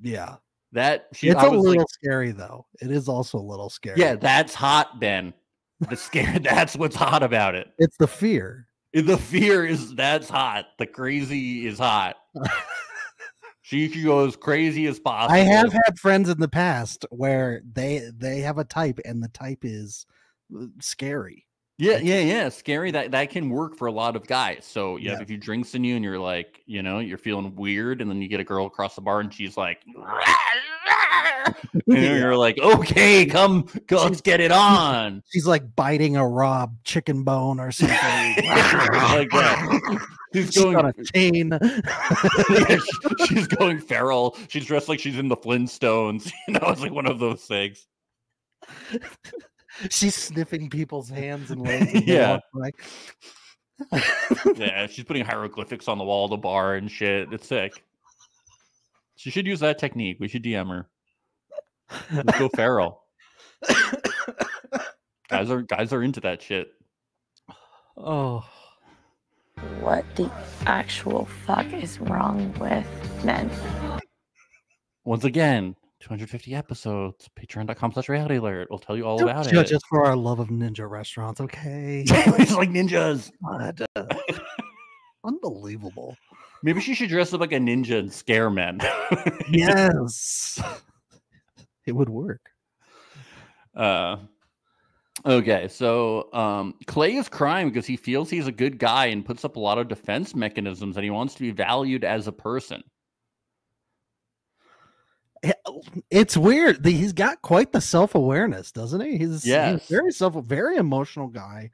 Speaker 3: yeah.
Speaker 2: That she
Speaker 3: It's
Speaker 2: I
Speaker 3: a
Speaker 2: was
Speaker 3: little
Speaker 2: like,
Speaker 3: scary though. It is also a little scary.
Speaker 2: Yeah, that's hot, Ben. The scare [LAUGHS] that's what's hot about it.
Speaker 3: It's the fear.
Speaker 2: The fear is that's hot. The crazy is
Speaker 3: [LAUGHS]
Speaker 2: hot. she she goes crazy as possible.
Speaker 3: I have had friends in the past where they they have a type and the type is uh,
Speaker 2: [LAUGHS]
Speaker 3: scary.
Speaker 2: Yeah, yeah, yeah. Scary. That that can work for a lot of guys. So yeah,
Speaker 3: Yeah.
Speaker 2: if you drinks in you and you're like, you know, you're feeling weird, and then you get a girl across the bar and she's like, [LAUGHS]
Speaker 3: [LAUGHS]
Speaker 2: you know, you're like, okay, come, go, let's get it
Speaker 3: [LAUGHS]
Speaker 2: on.
Speaker 3: She's like biting a raw chicken bone or something.
Speaker 2: [LAUGHS]
Speaker 3: [LAUGHS]
Speaker 2: like that. [LAUGHS] She's
Speaker 3: She's
Speaker 2: going.
Speaker 3: on a chain. [LAUGHS]
Speaker 2: yeah, she- [LAUGHS] she's going feral. She's dressed like she's in the Flintstones. [LAUGHS] You know, it's like one of those things.
Speaker 3: She's sniffing people's hands and
Speaker 2: [LAUGHS]
Speaker 3: legs. and they
Speaker 2: Yeah.
Speaker 3: walk by.
Speaker 2: Yeah, she's putting hieroglyphics on the wall of the bar and shit. It's sick. She should use that technique. We should DM her. Let's go
Speaker 3: [COUGHS]
Speaker 2: feral. guys are guys are into that shit.
Speaker 3: oh,
Speaker 8: What the actual fuck is wrong with men?
Speaker 2: Once again, 250 episodes. Patreon.com slash reality alert. We'll tell you all
Speaker 3: don't
Speaker 2: about
Speaker 3: judge
Speaker 2: it.
Speaker 3: us for our love of ninja
Speaker 2: [LAUGHS]
Speaker 3: restaurants, okay?
Speaker 2: it's like ninjas. [LAUGHS]
Speaker 3: God. Unbelievable.
Speaker 2: Maybe she should dress up like a ninja and scare men. [LAUGHS]
Speaker 3: Yes. [LAUGHS] it would work.
Speaker 2: Uh, okay, so um, Clay is crying because he feels he's a good guy and puts up a lot of defense mechanisms, and he wants to be valued as a person.
Speaker 3: Yeah, Eh, oh, It's weird. that He's got quite the self awareness, doesn't he? He's, yeah,
Speaker 2: Yes.
Speaker 3: very self, very emotional guy,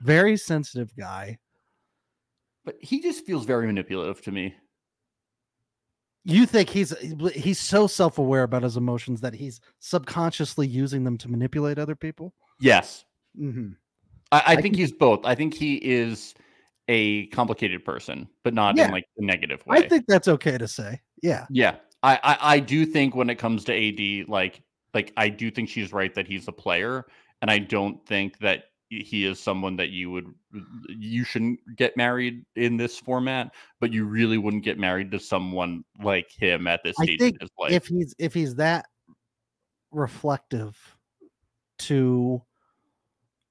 Speaker 3: very sensitive guy.
Speaker 2: But he just feels very manipulative to me.
Speaker 3: You think he's he's so self aware about his emotions that he's subconsciously using them to manipulate other people?
Speaker 2: Yes,
Speaker 3: Mm-hmm.
Speaker 2: I, I,
Speaker 3: I
Speaker 2: think he's both. I think he is a complicated person, but not
Speaker 3: Yeah.
Speaker 2: in like a negative way.
Speaker 3: I think that's okay to say. Yeah.
Speaker 2: yeah, I, I I do think when it comes to AD, like like I do think she's right that he's a player, and I don't think that he is someone that you would you shouldn't get married in this format, but you really wouldn't get married to someone like him at this
Speaker 3: I
Speaker 2: stage
Speaker 3: think
Speaker 2: in his life.
Speaker 3: if he's if he's that reflective to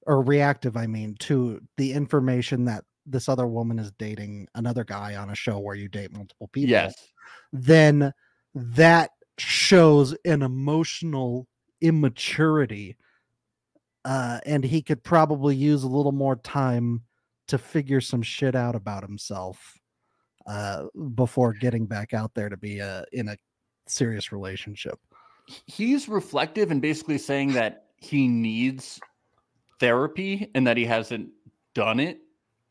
Speaker 3: or reactive i mean to the information that this other woman is dating another guy on a show where you date multiple people
Speaker 2: yes,
Speaker 3: then that shows an emotional immaturity uh and he could probably use a little more time to figure some shit out about himself uh before getting back out there to be uh in a serious relationship
Speaker 2: he's reflective and basically saying that he needs therapy and that he hasn't done it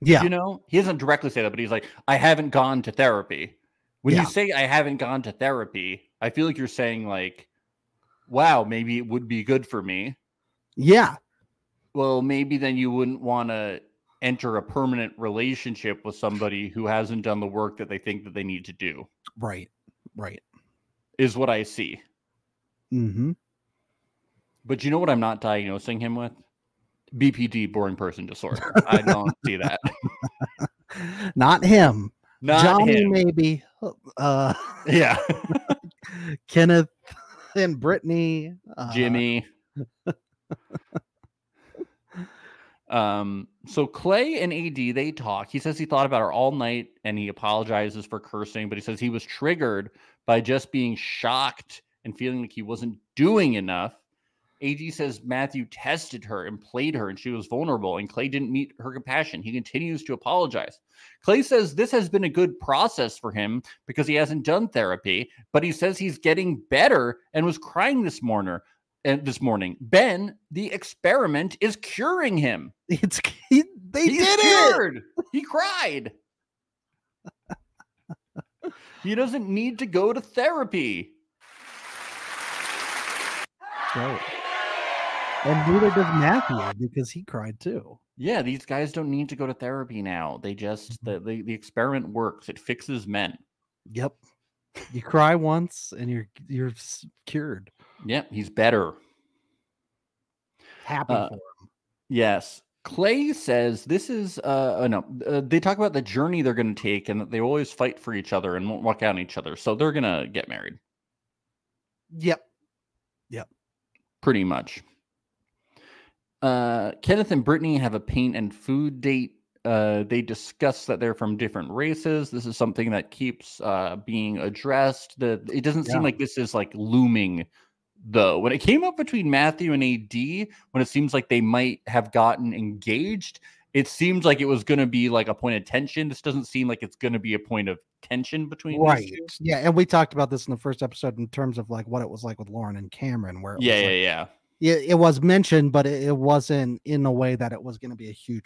Speaker 3: yeah
Speaker 2: You know, he doesn't directly say that, but he's like, I haven't gone to therapy. When
Speaker 3: Yeah.
Speaker 2: you say I haven't gone to therapy, I feel like you're saying like, wow, maybe it would be good for me.
Speaker 3: yeah
Speaker 2: Well, maybe then you wouldn't want to enter a permanent relationship with somebody who hasn't done the work that they think that they need to do
Speaker 3: right right
Speaker 2: is what I see.
Speaker 3: mm-hmm
Speaker 2: But you know what I'm not diagnosing him with? BPD, boring person disorder. I don't see that. [LAUGHS]
Speaker 3: not him
Speaker 2: Not
Speaker 3: johnny
Speaker 2: him.
Speaker 3: maybe uh
Speaker 2: Yeah.
Speaker 3: kenneth and brittany uh,
Speaker 2: Jimmy. [LAUGHS] um, so Clay and AD they talk. He says he thought about her all night and he apologizes for cursing, but he says he was triggered by just being shocked and feeling like he wasn't doing enough. AD says Matthew tested her and played her and she was vulnerable and Clay didn't meet her compassion. He continues to apologize. Clay says this has been a good process for him because he hasn't done therapy, but he says he's getting better and was crying this morning. And this morning, Ben, the experiment is curing him.
Speaker 3: it's [LAUGHS] he, they
Speaker 2: He's
Speaker 3: did it
Speaker 2: cured. He cried. he doesn't need to go to therapy.
Speaker 3: Dope. And neither does Matthew because he cried too.
Speaker 2: Yeah, these guys don't need to go to therapy now. They just
Speaker 3: Mm-hmm.
Speaker 2: the the, the experiment works. It fixes men.
Speaker 3: Yep. You cry once and you're you're s- cured.
Speaker 2: Yep, he's better.
Speaker 3: Happy
Speaker 2: Uh,
Speaker 3: for him.
Speaker 2: Yes. Clay says this is uh oh, no uh, they talk about the journey they're going to take and that they always fight for each other and won't walk out on each other so they're going to get married
Speaker 3: Yep.
Speaker 2: pretty much. Uh, Kenneth and Brittany have a paint and food date. Uh, they discuss that they're from different races. This is something that keeps uh, being addressed. The it doesn't
Speaker 3: Yeah.
Speaker 2: seem like this is like looming, though. When it came up between Matthew and AD, when it seems like they might have gotten engaged, it seems like it was going to be like a point of tension. This doesn't seem like it's going to be a point of tension between these
Speaker 3: Right.
Speaker 2: two.
Speaker 3: Yeah. And we talked about this in the first episode in terms of like what it was like with Lauren and Cameron, where it
Speaker 2: Yeah,
Speaker 3: was
Speaker 2: yeah,
Speaker 3: like,
Speaker 2: yeah,
Speaker 3: It, it was mentioned, but it, it wasn't in a way that it was going to be a huge.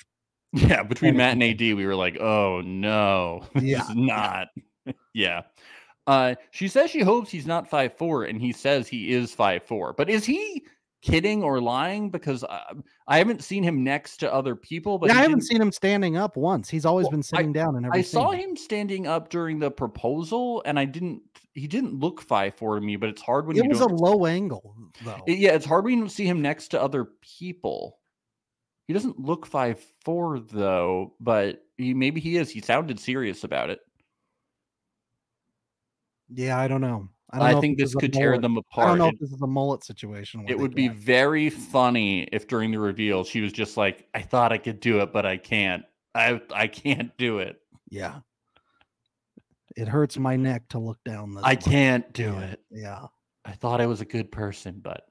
Speaker 2: yeah. Between
Speaker 3: of
Speaker 2: Matt and AD, we were like, oh no. [LAUGHS]
Speaker 3: Yeah.
Speaker 2: It's not. [LAUGHS] yeah. Uh, she says she hopes he's not five four, and he says he is five four. But is he kidding or lying? Because I, I haven't seen him next to other people. But
Speaker 3: Yeah, I
Speaker 2: he
Speaker 3: haven't
Speaker 2: didn't-
Speaker 3: seen him standing up once. He's always
Speaker 2: Well,
Speaker 3: been sitting down and
Speaker 2: I saw him standing up during the proposal, and I didn't. He didn't look five four to me. But it's hard when
Speaker 3: It
Speaker 2: you
Speaker 3: was a
Speaker 2: don't.
Speaker 3: low angle, though.
Speaker 2: it- yeah, it's hard when you don't see him next to other people. He doesn't look five four though, but he maybe he is. He sounded serious about it.
Speaker 3: yeah, I don't know. I, don't
Speaker 2: I,
Speaker 3: know if
Speaker 2: think this
Speaker 3: is a
Speaker 2: could tear
Speaker 3: mullet-
Speaker 2: them
Speaker 3: I
Speaker 2: apart.
Speaker 3: don't know
Speaker 2: It-
Speaker 3: if this is a mullet situation. where
Speaker 2: It
Speaker 3: they
Speaker 2: would be
Speaker 3: got-
Speaker 2: very funny if during the reveal she was just like, "I thought I could do it, but I can't. I I can't do it.
Speaker 3: Yeah. It hurts my neck to look down. This
Speaker 2: I
Speaker 3: much.
Speaker 2: can't do
Speaker 3: Yeah.
Speaker 2: it.
Speaker 3: Yeah.
Speaker 2: I thought I was a good person, but."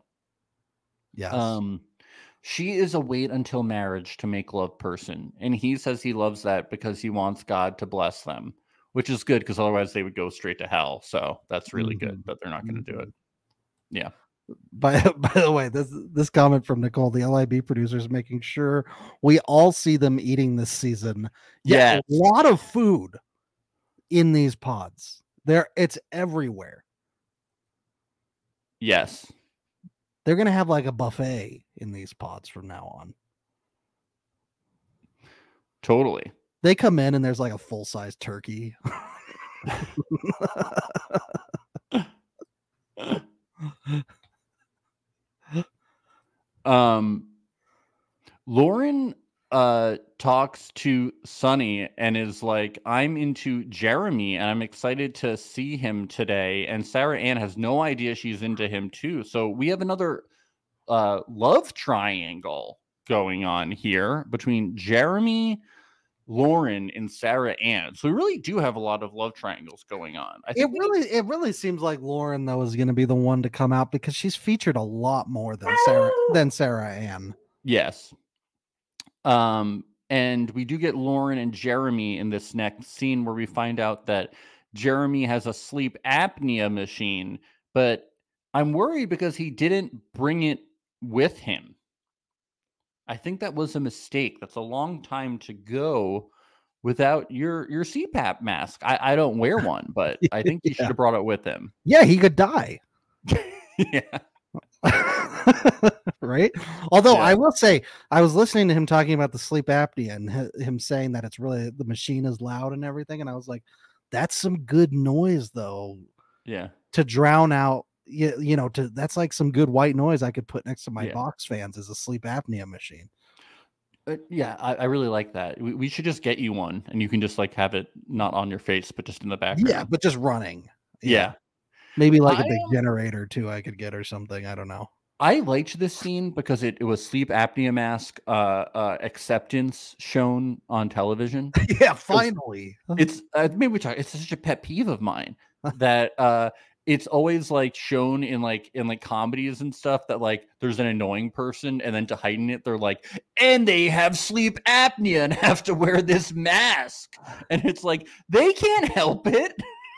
Speaker 3: Yes.
Speaker 2: Um, she is a wait until marriage to make love person, and he says he loves that because he wants God to bless them, which is good because otherwise they would go straight to hell. So that's really
Speaker 3: Mm-hmm.
Speaker 2: good that they're not going to do it. yeah.
Speaker 3: [LAUGHS] By by the way, this this comment from Nicole, the LIB producer, is making sure we all see them eating this season. Yeah, a lot of food in these pods. There, it's everywhere.
Speaker 2: Yes.
Speaker 3: They're gonna have like a buffet in these pods from now on.
Speaker 2: Totally.
Speaker 3: They come in and there's like a full size
Speaker 2: [LAUGHS]
Speaker 3: turkey. [LAUGHS]
Speaker 2: Um, Lauren uh talks to Sonny and is like, I'm into Jeremy and I'm excited to see him today. And Sarah Ann has no idea she's into him too. So we have another uh love triangle going on here between Jeremy. Lauren and Sarah Ann. So we really do have a lot of love triangles going on. I
Speaker 3: It
Speaker 2: think
Speaker 3: really, it really seems like Lauren though is gonna be the one to come out because she's featured a lot more than Sarah
Speaker 2: Oh.
Speaker 3: than Sarah Ann.
Speaker 2: Yes. Um, and we do get Lauren and Jeremy in this next scene where we find out that Jeremy has a sleep apnea machine, but I'm worried because he didn't bring it with him. I think that was a mistake. That's a long time to go without your your CPAP mask. I, I don't wear one, but I think he should
Speaker 3: Yeah.
Speaker 2: have brought it with him.
Speaker 3: Yeah, he could die. [LAUGHS]
Speaker 2: yeah.
Speaker 3: right? Although
Speaker 2: Yeah.
Speaker 3: I will say, I was listening to him talking about the sleep apnea and hi- him saying that it's really the machine is loud and everything, and I was like, that's some good noise though
Speaker 2: Yeah.
Speaker 3: to drown out. You, you know, to that's like some good white noise I could put next to my
Speaker 2: Yeah.
Speaker 3: box fans as a sleep apnea machine.
Speaker 2: Uh, yeah, I, I really like that. We, we should just get you one, and you can just like have it not on your face, but just in the background.
Speaker 3: Yeah, but just running.
Speaker 2: yeah.
Speaker 3: maybe like a
Speaker 2: I,
Speaker 3: big
Speaker 2: um,
Speaker 3: generator too. I could get or something. I don't know.
Speaker 2: I liked this scene because it, it was sleep apnea mask uh, uh, acceptance shown on television.
Speaker 3: [LAUGHS] yeah, finally.
Speaker 2: it's uh, maybe we talk. It's such a pet peeve of mine that uh, it's always like shown in like in like comedies and stuff that like there's an annoying person, and then to heighten it, they're like, and they have sleep apnea and [LAUGHS] have to wear this mask, and it's like they can't help it. [LAUGHS]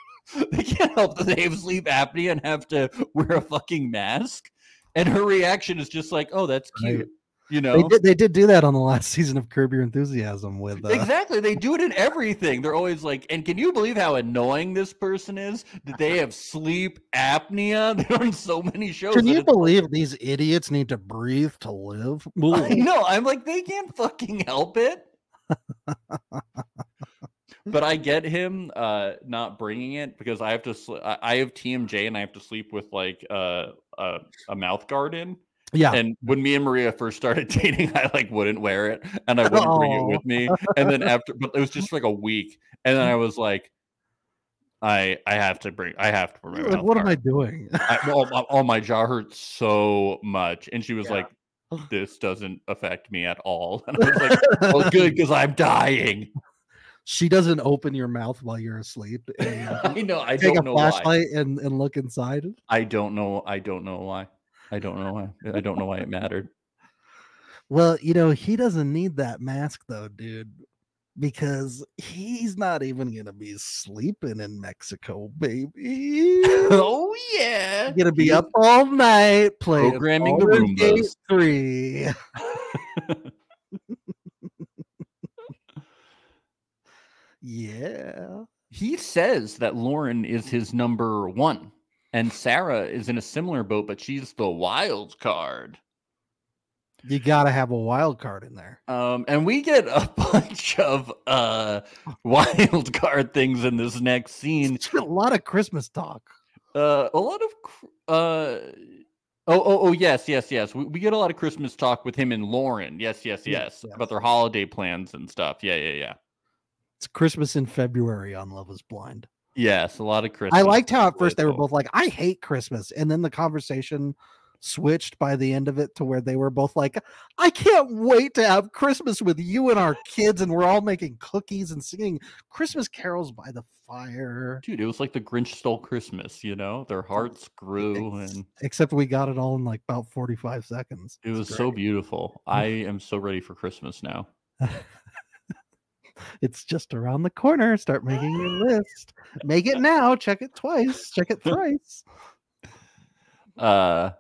Speaker 2: they can't help that they have sleep apnea and have to wear a fucking mask. And her reaction is just like, oh, that's
Speaker 3: Right.
Speaker 2: cute. You know,
Speaker 3: They did, they did do that on the last [LAUGHS] season of Curb Your Enthusiasm with [LAUGHS] uh,
Speaker 2: Exactly. They do it in everything. They're always like, and can you believe how annoying this person is that they have sleep apnea? [LAUGHS] They're on so many shows.
Speaker 3: Can
Speaker 2: that
Speaker 3: you
Speaker 2: it's like-
Speaker 3: believe these idiots need to breathe to live? [LAUGHS]
Speaker 2: I [LAUGHS] know. I'm like, they can't fucking help it. but I get him uh not bringing it because I have to. Sl- I I have TMJ and I have to sleep with like uh, a a mouth guard in.
Speaker 3: Yeah.
Speaker 2: And when me and Maria first started [LAUGHS] dating, I like wouldn't wear it and I wouldn't bring it
Speaker 3: Aw.
Speaker 2: with me. And then after, but it was just like a week, and then I was like, I I have to bring, I have to bring my
Speaker 3: Like,
Speaker 2: mouth
Speaker 3: what am I
Speaker 2: guard.
Speaker 3: doing? [LAUGHS]
Speaker 2: I, oh, my, oh, my jaw hurts so much, and she was like, "This doesn't affect me at all." [LAUGHS] And I was like, "Well, good
Speaker 3: [LAUGHS]
Speaker 2: because I'm dying."
Speaker 3: she doesn't open your mouth while you're asleep. And
Speaker 2: [LAUGHS] I know. I
Speaker 3: take a
Speaker 2: don't know why.
Speaker 3: flashlight and, and look inside.
Speaker 2: I don't know. I don't know why. I don't know why. I don't know why it
Speaker 3: [LAUGHS]
Speaker 2: mattered.
Speaker 3: Well, you know, he doesn't need that mask though, dude, because he's not even gonna be sleeping in Mexico, baby.
Speaker 2: oh yeah.
Speaker 3: He's gonna be
Speaker 2: [LAUGHS]
Speaker 3: [LAUGHS] up all night playing
Speaker 2: Programming the
Speaker 3: Baldur's Gate
Speaker 2: Roombas.
Speaker 3: three. [LAUGHS] yeah.
Speaker 2: He says that Lauren is his number one, and Sarah is in a similar boat, but she's the wild card.
Speaker 3: You gotta have a wild card in there.
Speaker 2: Um, and we get a [LAUGHS] bunch of uh, wild card things in this next scene.
Speaker 3: a lot of Christmas talk.
Speaker 2: Uh, a lot of, cr- uh, oh, oh, oh, yes, yes, yes. We, we get a lot of Christmas talk with him and Lauren. Yes, yes, yes,
Speaker 3: Yes,
Speaker 2: about their holiday plans and stuff. Yeah, yeah, yeah.
Speaker 3: It's Christmas in February on Love is Blind.
Speaker 2: Yes, a lot of Christmas.
Speaker 3: I liked how at
Speaker 2: with
Speaker 3: first they were
Speaker 2: them.
Speaker 3: both like, I hate Christmas. And then the conversation switched by the end of it to where they were both like, I can't wait to have Christmas with you and our kids. And we're all making cookies and singing Christmas carols by the fire.
Speaker 2: Dude, it was like the Grinch stole Christmas, you know? Their hearts grew
Speaker 3: Ex-
Speaker 2: and
Speaker 3: Except we got it all in like about 45 seconds.
Speaker 2: It
Speaker 3: It's
Speaker 2: was so
Speaker 3: great.
Speaker 2: beautiful.
Speaker 3: [LAUGHS]
Speaker 2: I am so ready for Christmas now.
Speaker 3: It's just around the corner. Start making your list. Make it now. Check it twice. Check [LAUGHS] it thrice.
Speaker 2: Uh,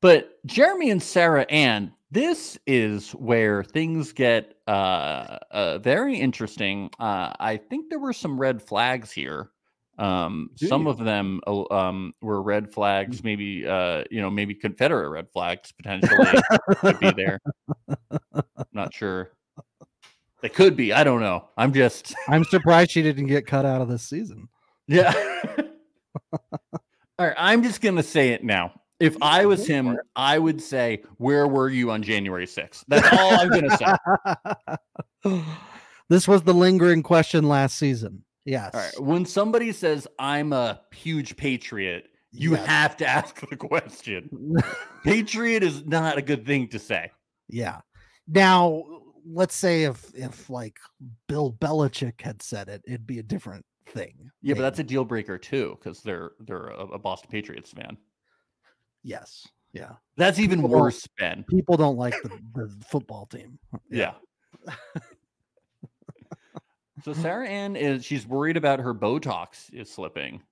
Speaker 2: but Jeremy and Sarah Ann, this is where things get uh, uh, very interesting. Uh, I think there were some red flags here. Um,
Speaker 3: Do
Speaker 2: some
Speaker 3: you? Mm.
Speaker 2: of them uh, um, were red flags, maybe uh, you know, maybe Confederate red flags potentially could be
Speaker 3: [LAUGHS]
Speaker 2: there. Not sure. They could be. I don't know. I'm just
Speaker 3: I'm surprised she didn't get cut out of this season.
Speaker 2: Yeah. All right, I'm just gonna say it now. If I was him, I would say, "Where were you on January 6th? That's all I'm gonna say. All
Speaker 3: [LAUGHS] this was the lingering question last season. Yes.
Speaker 2: right, when somebody says I'm a huge patriot, you
Speaker 3: Yes.
Speaker 2: have to ask the question. Patriot is not a good thing to say.
Speaker 3: [LAUGHS] Yeah. Now, let's say if if like Bill Belichick had said it, it'd be a different thing.
Speaker 2: Yeah, but that's a deal breaker too, because they're they're a, a Boston Patriots fan.
Speaker 3: yes. Yeah.
Speaker 2: That's even
Speaker 3: People don't-
Speaker 2: worse, Ben.
Speaker 3: People don't like the, the football team.
Speaker 2: Yeah. so Sarah Ann is she's worried about her Botox is slipping.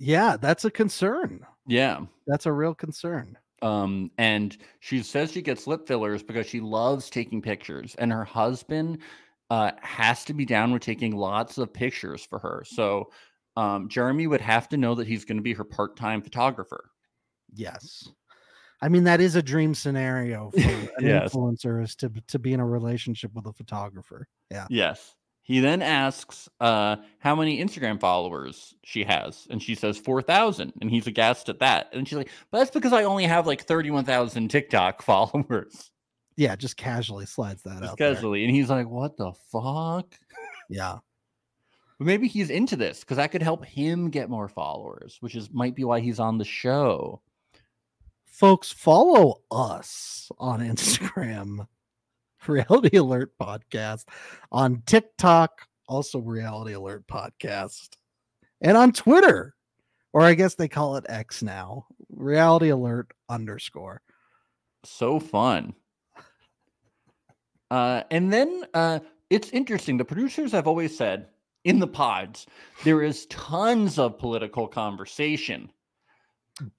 Speaker 3: Yeah, that's a concern.
Speaker 2: Yeah.
Speaker 3: That's a real concern.
Speaker 2: Um, and she says she gets lip fillers because she loves taking pictures, and her husband uh, has to be down with taking lots of pictures for her. So um, Jeremy would have to know that he's going to be her part-time photographer.
Speaker 3: Yes. I mean, that is a dream scenario for an
Speaker 2: [LAUGHS] Yes.
Speaker 3: influencer is to to be in a relationship with a photographer. Yeah.
Speaker 2: Yes. He then asks uh, how many Instagram followers she has, and she says four thousand, and he's aghast at that. And she's like, "But that's because I only have like thirty-one thousand TikTok [LAUGHS] followers."
Speaker 3: Yeah, just casually slides that
Speaker 2: Just
Speaker 3: out. there.
Speaker 2: casually, and he's like, "What the fuck?"
Speaker 3: Yeah.
Speaker 2: But maybe he's into this because that could help him get more followers, which is might be why he's on the show.
Speaker 3: folks follow us on [LAUGHS] instagram reality alert podcast on tiktok also reality alert podcast and on twitter or i guess they call it x now reality alert underscore
Speaker 2: So fun. Uh, and then uh, it's interesting. The producers have always said in the pods there is tons of political conversation,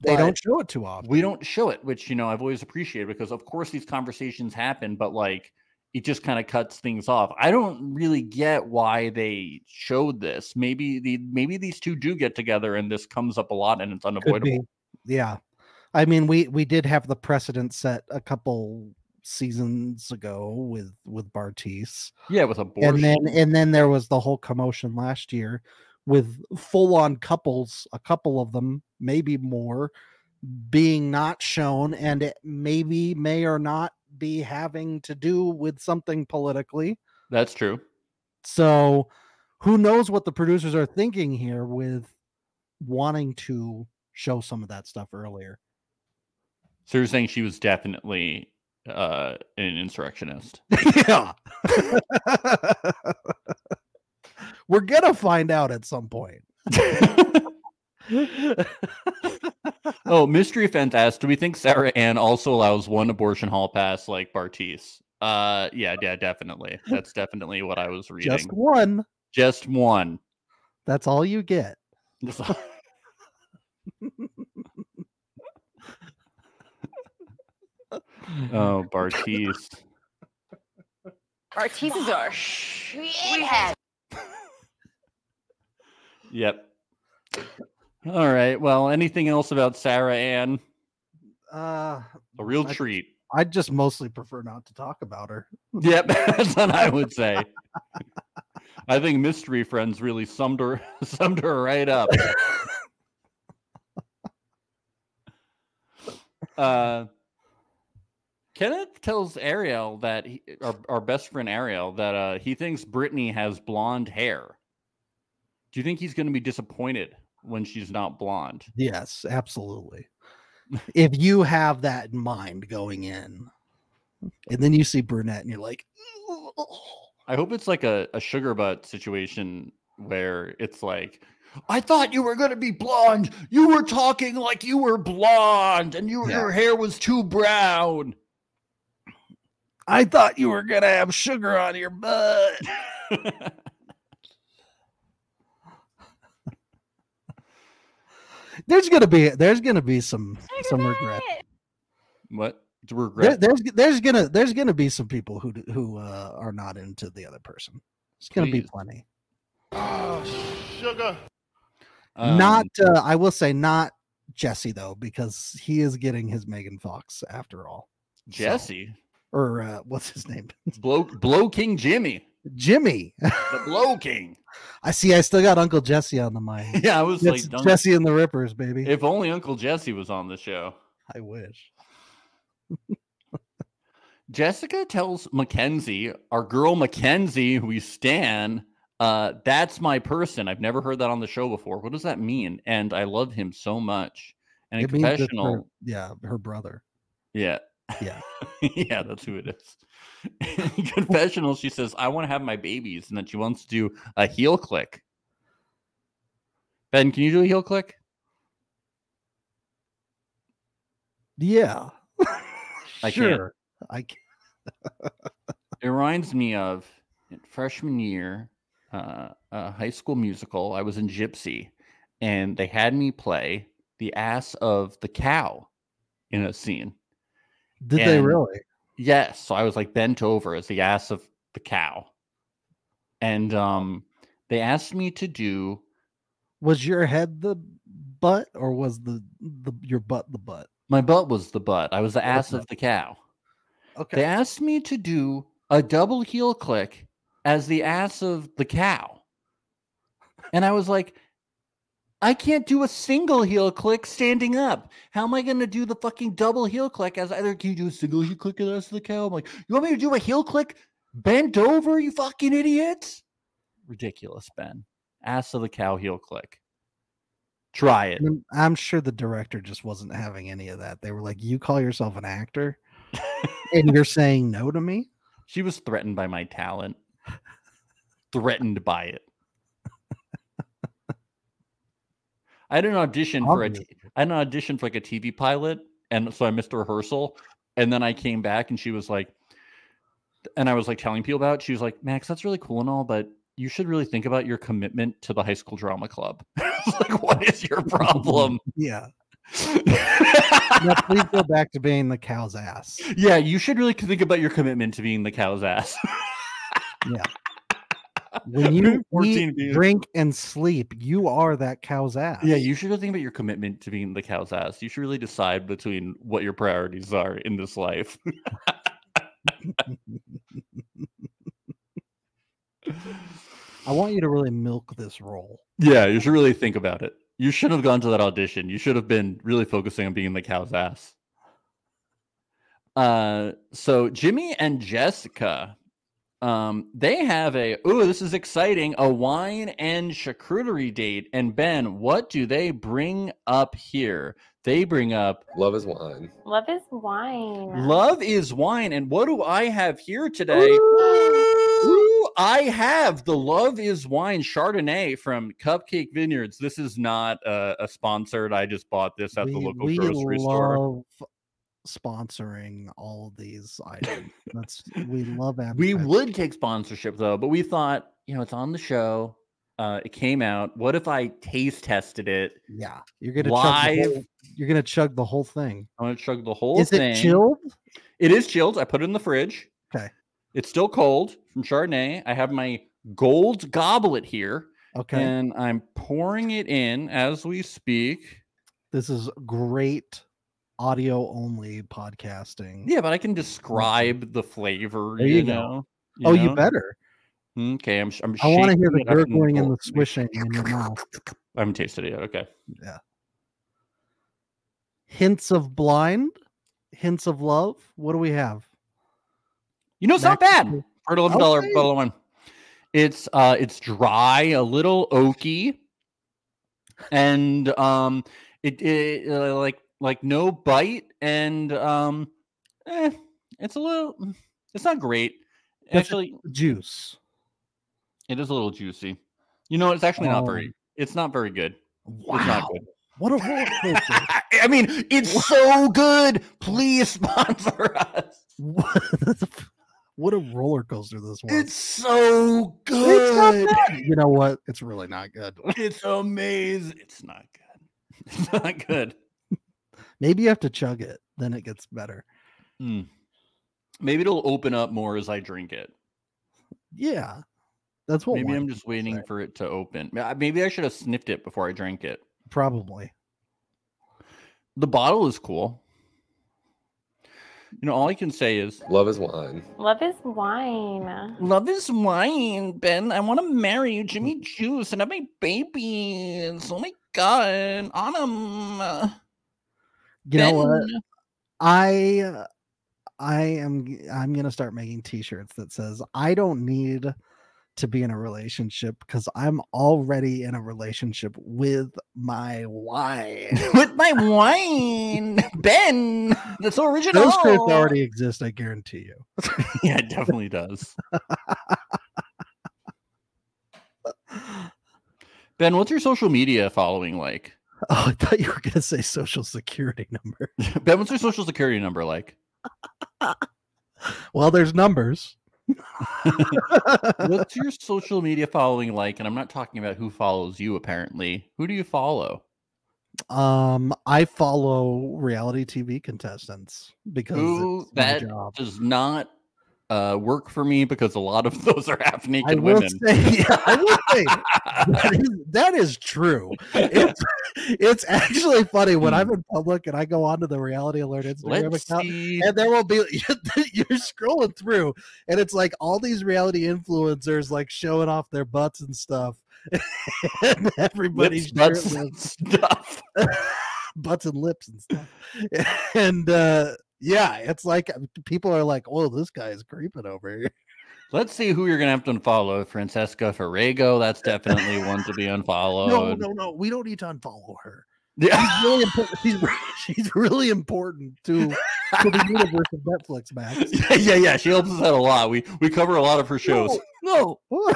Speaker 3: They
Speaker 2: But-
Speaker 3: don't show it too often.
Speaker 2: we don't show it which you know i've always appreciated because of course these conversations happen but like it just kind of cuts things off i don't really get why they showed this maybe the maybe these two do get together and this comes up a lot and it's
Speaker 3: Could be.
Speaker 2: unavoidable
Speaker 3: Yeah. I mean, we we did have the precedent set a couple seasons ago with with Bartice.
Speaker 2: yeah with abortion
Speaker 3: and then and then there was the whole commotion last year with full on couples a couple of them maybe more being not shown and it maybe may or not be having to do with something politically
Speaker 2: that's true
Speaker 3: so who knows what the producers are thinking here with wanting to show some of that stuff earlier
Speaker 2: so you're saying she was definitely uh an insurrectionist [LAUGHS]
Speaker 3: yeah we're gonna find out at some point
Speaker 2: oh mystery fence asked do we think sarah ann also allows one abortion hall pass like bartice uh yeah yeah definitely that's definitely what i was reading
Speaker 3: just one
Speaker 2: Just one.
Speaker 3: That's all you get.
Speaker 2: That's all- oh, Bartiz.
Speaker 5: Our teeth
Speaker 8: [GASPS]
Speaker 5: is our shithead.
Speaker 2: Yep. All right. Well, anything else about Sarah Ann?
Speaker 3: Uh,
Speaker 2: A real
Speaker 3: I-
Speaker 2: treat.
Speaker 3: I just mostly prefer not to talk about her.
Speaker 2: Yep, [LAUGHS] that's what I would say. I think Mystery Friends really summed her [LAUGHS] summed her right up. uh, Kenneth tells Ariel that he, our, our best friend Ariel that uh, he thinks Brittany has blonde hair. Do you think he's going to be disappointed when she's not blonde?
Speaker 3: Yes,
Speaker 2: [LAUGHS]
Speaker 3: absolutely. if you have that in mind going in, and then you see brunette, and you're like,
Speaker 2: I hope it's like a, a sugar butt situation where it's like, I thought you were gonna be blonde. You were talking like you were blonde and you,
Speaker 3: Yeah.
Speaker 2: your hair was too brown. [LAUGHS]
Speaker 3: I thought you were gonna have sugar on your butt. There's gonna be there's gonna be some some regret.
Speaker 2: what? To
Speaker 3: There,
Speaker 2: regret.
Speaker 3: there's there's gonna there's gonna be some people who d- who uh, are not into the other person. It's gonna be
Speaker 2: Please.
Speaker 3: plenty.
Speaker 6: Ah,
Speaker 2: Um,
Speaker 3: not uh, I will say not Jesse though because he is getting his Megan Fox after all. so-
Speaker 2: Jesse.
Speaker 3: or uh, what's his name?
Speaker 2: Blow blow King Jimmy.
Speaker 3: Jimmy. [LAUGHS]
Speaker 2: The blow king. [LAUGHS]
Speaker 3: I see. I still got Uncle Jesse on the mind.
Speaker 2: Yeah, I was
Speaker 3: It's
Speaker 2: like done.
Speaker 3: Jesse and the Rippers, baby.
Speaker 2: If only Uncle Jesse was on the show.
Speaker 3: I wish.
Speaker 2: Jessica tells Mackenzie, our girl Mackenzie, who we stan, uh, that's my person. I've never heard that on the show before. What does that mean? And I love him so much. And a
Speaker 3: It means it's her-
Speaker 2: confessional,
Speaker 3: yeah, her brother.
Speaker 2: yeah,
Speaker 3: Yeah.
Speaker 2: [LAUGHS] yeah, that's who it is. In confessional, she says, "I want to have my babies," and then she wants to do a heel click. Ben, can you do a heel click?
Speaker 3: Yeah.
Speaker 2: I can't.
Speaker 3: [LAUGHS] sure. I can.
Speaker 2: it reminds me of freshman year uh, a high school musical i was in gypsy and they had me play the ass of the cow in a scene
Speaker 3: Did they
Speaker 2: And-
Speaker 3: really?
Speaker 2: yes so i was like bent over as the ass of the cow and um they asked me to do
Speaker 3: Was your head the butt, or was the, the your butt the butt?
Speaker 2: my butt was the butt i was the ass
Speaker 3: Okay.
Speaker 2: of the cow they
Speaker 3: Okay.
Speaker 2: asked me to do a double heel click as the ass of the cow. And I was like, I can't do a single heel click standing up. How am I going to do the fucking double heel click as either? Can you do a single heel click as the ass of the cow? I'm like, you want me to do a heel click bent over, you fucking idiots? Ridiculous, Ben. Ass of the cow heel click. Try it.
Speaker 3: And I'm- I'm sure the director just wasn't having any of that. They were like, "You call yourself
Speaker 2: [LAUGHS]
Speaker 3: an actor, and you're saying no to me."
Speaker 2: She was threatened by my talent. threatened by it. I had an audition for a t-
Speaker 3: Obviously.
Speaker 2: I had an audition for like a TV pilot, and so I missed a rehearsal. And then I came back, and she was like, and I was like telling people about. It. She was like, "Max, that's really cool and all, but you should really think [LAUGHS] about your commitment to the high school drama club." I was like, "What is your problem?" [LAUGHS]
Speaker 3: Yeah, Now please go back to being the cow's ass.
Speaker 2: yeah, you should really think about your commitment to being the cow's ass. [LAUGHS]
Speaker 3: When you
Speaker 2: 14
Speaker 3: eat,
Speaker 2: beers.
Speaker 3: drink, and sleep, you are that cow's ass.
Speaker 2: yeah, you should really think about your commitment to being the cow's ass. You should really decide between what your priorities are in this life. [LAUGHS]
Speaker 3: I want you to really milk this role.
Speaker 2: Yeah, you should really think about it. You should have gone to that audition. You should have been really focusing on being the cow's ass. Uh, so Jimmy and Jessica, um, they have a oh, this is exciting, a wine and charcuterie date. And Ben, what do they bring up here? They bring up
Speaker 7: Love is wine.
Speaker 5: Love is wine.
Speaker 2: love is wine, and what do I have here today? Ooh, I have the Love is Wine Chardonnay from Cupcake Vineyards. This is not uh, a sponsored. I just bought this at the local grocery store.
Speaker 3: love Sponsoring all of these items. That's we love
Speaker 2: We
Speaker 3: advertising.
Speaker 2: would take sponsorship though, but we thought, you know, it's on the show. Uh, it came out. What if I taste tested it?
Speaker 3: Yeah, you're gonna chug the
Speaker 2: live-
Speaker 3: whole, you're gonna chug the whole thing.
Speaker 2: I'm gonna chug the whole
Speaker 3: Is
Speaker 2: thing.
Speaker 3: it chilled?
Speaker 2: It is chilled. I put it in the fridge.
Speaker 3: Okay.
Speaker 2: It's still cold from Chardonnay. I have my gold goblet here,
Speaker 3: Okay,
Speaker 2: and I'm pouring it in as we speak.
Speaker 3: this is great audio only podcasting.
Speaker 2: Yeah, but I can describe the flavor.
Speaker 3: There
Speaker 2: you,
Speaker 3: you go.
Speaker 2: know.
Speaker 3: oh, you
Speaker 2: know?
Speaker 3: better.
Speaker 2: Okay, I'm. sh- I'm
Speaker 3: I want to hear
Speaker 2: shaking
Speaker 3: the
Speaker 2: it up in
Speaker 3: gurgling and
Speaker 2: bowl.
Speaker 3: the swishing in your mouth.
Speaker 2: I haven't tasted it yet. Okay.
Speaker 3: Hints of blind, hints of love. What do we have?
Speaker 2: You know, it's not
Speaker 3: Mac and
Speaker 2: Oh, bad for an eleven dollar
Speaker 3: Okay.
Speaker 2: bottle of wine. It's uh, it's dry, a little oaky, and um, it, it uh, like like no bite, and um, eh, it's a little. mm, It's not great.
Speaker 3: Does it-
Speaker 2: Actually,
Speaker 3: Juice.
Speaker 2: it is a little juicy. You know, it's actually not
Speaker 3: Oh.
Speaker 2: very. It's not very good. It's not
Speaker 3: Wow,
Speaker 2: good.
Speaker 3: what a roller coaster!
Speaker 2: [LAUGHS]
Speaker 3: [LAUGHS]
Speaker 2: I mean, it's so good. Please [LAUGHS] sponsor us.
Speaker 3: what the f- what a roller coaster this was.
Speaker 2: It's so
Speaker 3: It's not
Speaker 2: good.
Speaker 3: bad. You know what? It's really not good.
Speaker 2: It's amazing. It's not good. [LAUGHS] It's not good.
Speaker 3: Maybe you have to chug it, then it gets better.
Speaker 2: Hmm. Maybe it'll open up more as I drink it.
Speaker 3: Yeah, that's what.
Speaker 2: Maybe
Speaker 3: wine
Speaker 2: I'm
Speaker 3: is,
Speaker 2: just waiting
Speaker 3: right?
Speaker 2: for it to open. Ma- Maybe I should have sniffed it before I drank it.
Speaker 3: Probably.
Speaker 2: The bottle is cool. You know, all I can say is
Speaker 7: Love is wine.
Speaker 5: Love is wine.
Speaker 2: Love is wine, Ben. I want to marry you, Jimmy Juice, and have my babies. Oh my god, Autumn.
Speaker 3: You know what? I uh, I am g- I'm gonna start making T-shirts that says I don't need to be in a relationship because I'm already in a relationship with my
Speaker 2: [LAUGHS]
Speaker 3: wife.
Speaker 2: [LAUGHS] With my wine, Ben. That's so original.
Speaker 3: Those shirts already exist, I guarantee you.
Speaker 2: [LAUGHS]
Speaker 3: [LAUGHS]
Speaker 2: Yeah, it definitely does. Ben, what's your social media following like? [LAUGHS]
Speaker 3: Oh, I thought you were gonna say social security number. [LAUGHS]
Speaker 2: Ben, what's your social security number like?
Speaker 3: Well, there's numbers.
Speaker 2: What's [LAUGHS] your social media following like? And I'm not talking about who follows you, apparently. Who do you follow?
Speaker 3: [LAUGHS] Um, I follow reality TV contestants because
Speaker 2: Ooh,
Speaker 3: it's my
Speaker 2: that
Speaker 3: job.
Speaker 2: Does not uh, work for me because a lot of [LAUGHS] those are half
Speaker 3: I
Speaker 2: naked
Speaker 3: will
Speaker 2: women.
Speaker 3: say, [LAUGHS] yeah, I will
Speaker 2: [LAUGHS]
Speaker 3: say that, is, that is true. It's, it's actually funny when I'm in public and I go onto the Reality Alert Instagram
Speaker 2: Hmm. Let's
Speaker 3: account,
Speaker 2: see.
Speaker 3: and there will be [LAUGHS] you're scrolling through, and it's like all these reality influencers like showing off their butts and stuff, [LAUGHS] and
Speaker 2: Lips,
Speaker 3: everybody's
Speaker 2: butts,
Speaker 3: shirtless.
Speaker 2: and
Speaker 3: [LAUGHS]
Speaker 2: stuff.
Speaker 3: butts and lips and stuff. And uh yeah, it's like uh, people are like, "Oh, this guy is creeping over here." [LAUGHS]
Speaker 2: Let's see who you're gonna have to unfollow. Francesca Ferrego. That's definitely one
Speaker 3: [LAUGHS]
Speaker 2: to be
Speaker 3: no,
Speaker 2: unfollowed.
Speaker 3: no, no. We don't need to unfollow her.
Speaker 2: [LAUGHS] Yeah.
Speaker 3: She's really important. She's, re- [LAUGHS] she's really important to to the universe of Netflix, Max.
Speaker 2: yeah, yeah, yeah. She helps us out a lot. We we cover a lot of her [LAUGHS] shows.
Speaker 3: No.
Speaker 2: [LAUGHS]
Speaker 3: no.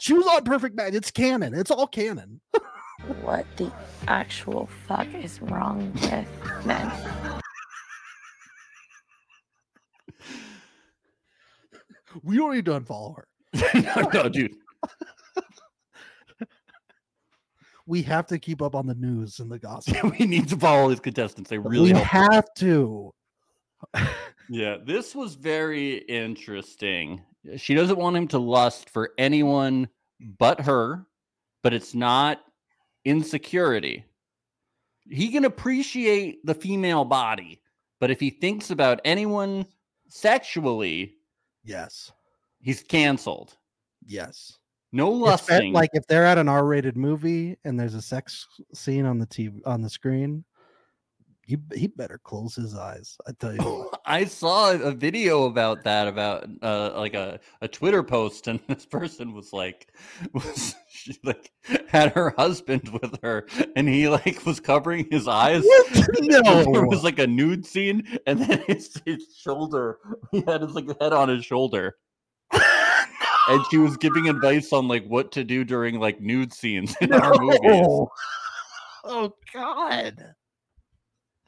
Speaker 3: she was on Perfect Match. It's canon. It's all canon.
Speaker 8: What the actual fuck is wrong with men?
Speaker 3: We
Speaker 2: [LAUGHS]
Speaker 3: don't need to unfollow her.
Speaker 2: no, no, dude.
Speaker 3: we have to keep up on the news and
Speaker 2: [LAUGHS]
Speaker 3: the gossip.
Speaker 2: we need to follow these contestants. They really
Speaker 3: we
Speaker 2: help.
Speaker 3: have to.
Speaker 2: Yeah, this was very interesting. Uh, She doesn't want him to lust for anyone but her, but it's not insecurity. He can appreciate the female body, but if he thinks about anyone sexually,
Speaker 3: Yes.
Speaker 2: he's canceled.
Speaker 3: Yes.
Speaker 2: No
Speaker 3: It's bet-
Speaker 2: lusting.
Speaker 3: like if they're at an R-rated movie and there's a sex scene on the TV on the screen, you he better close his eyes. I tell
Speaker 2: [LAUGHS]
Speaker 3: you. what.
Speaker 2: I saw a video about that about uh, like a, a Twitter post, and [LAUGHS] this person was like, [LAUGHS] was she like had her husband with her, and he like was covering his eyes. [LAUGHS]
Speaker 3: [LAUGHS] no.
Speaker 2: There was like a nude scene, and then [LAUGHS] his, his shoulder, he had his like head on his shoulder, and she was giving advice on like what to do during like nude scenes in our movies.
Speaker 3: [LAUGHS] No. Oh God.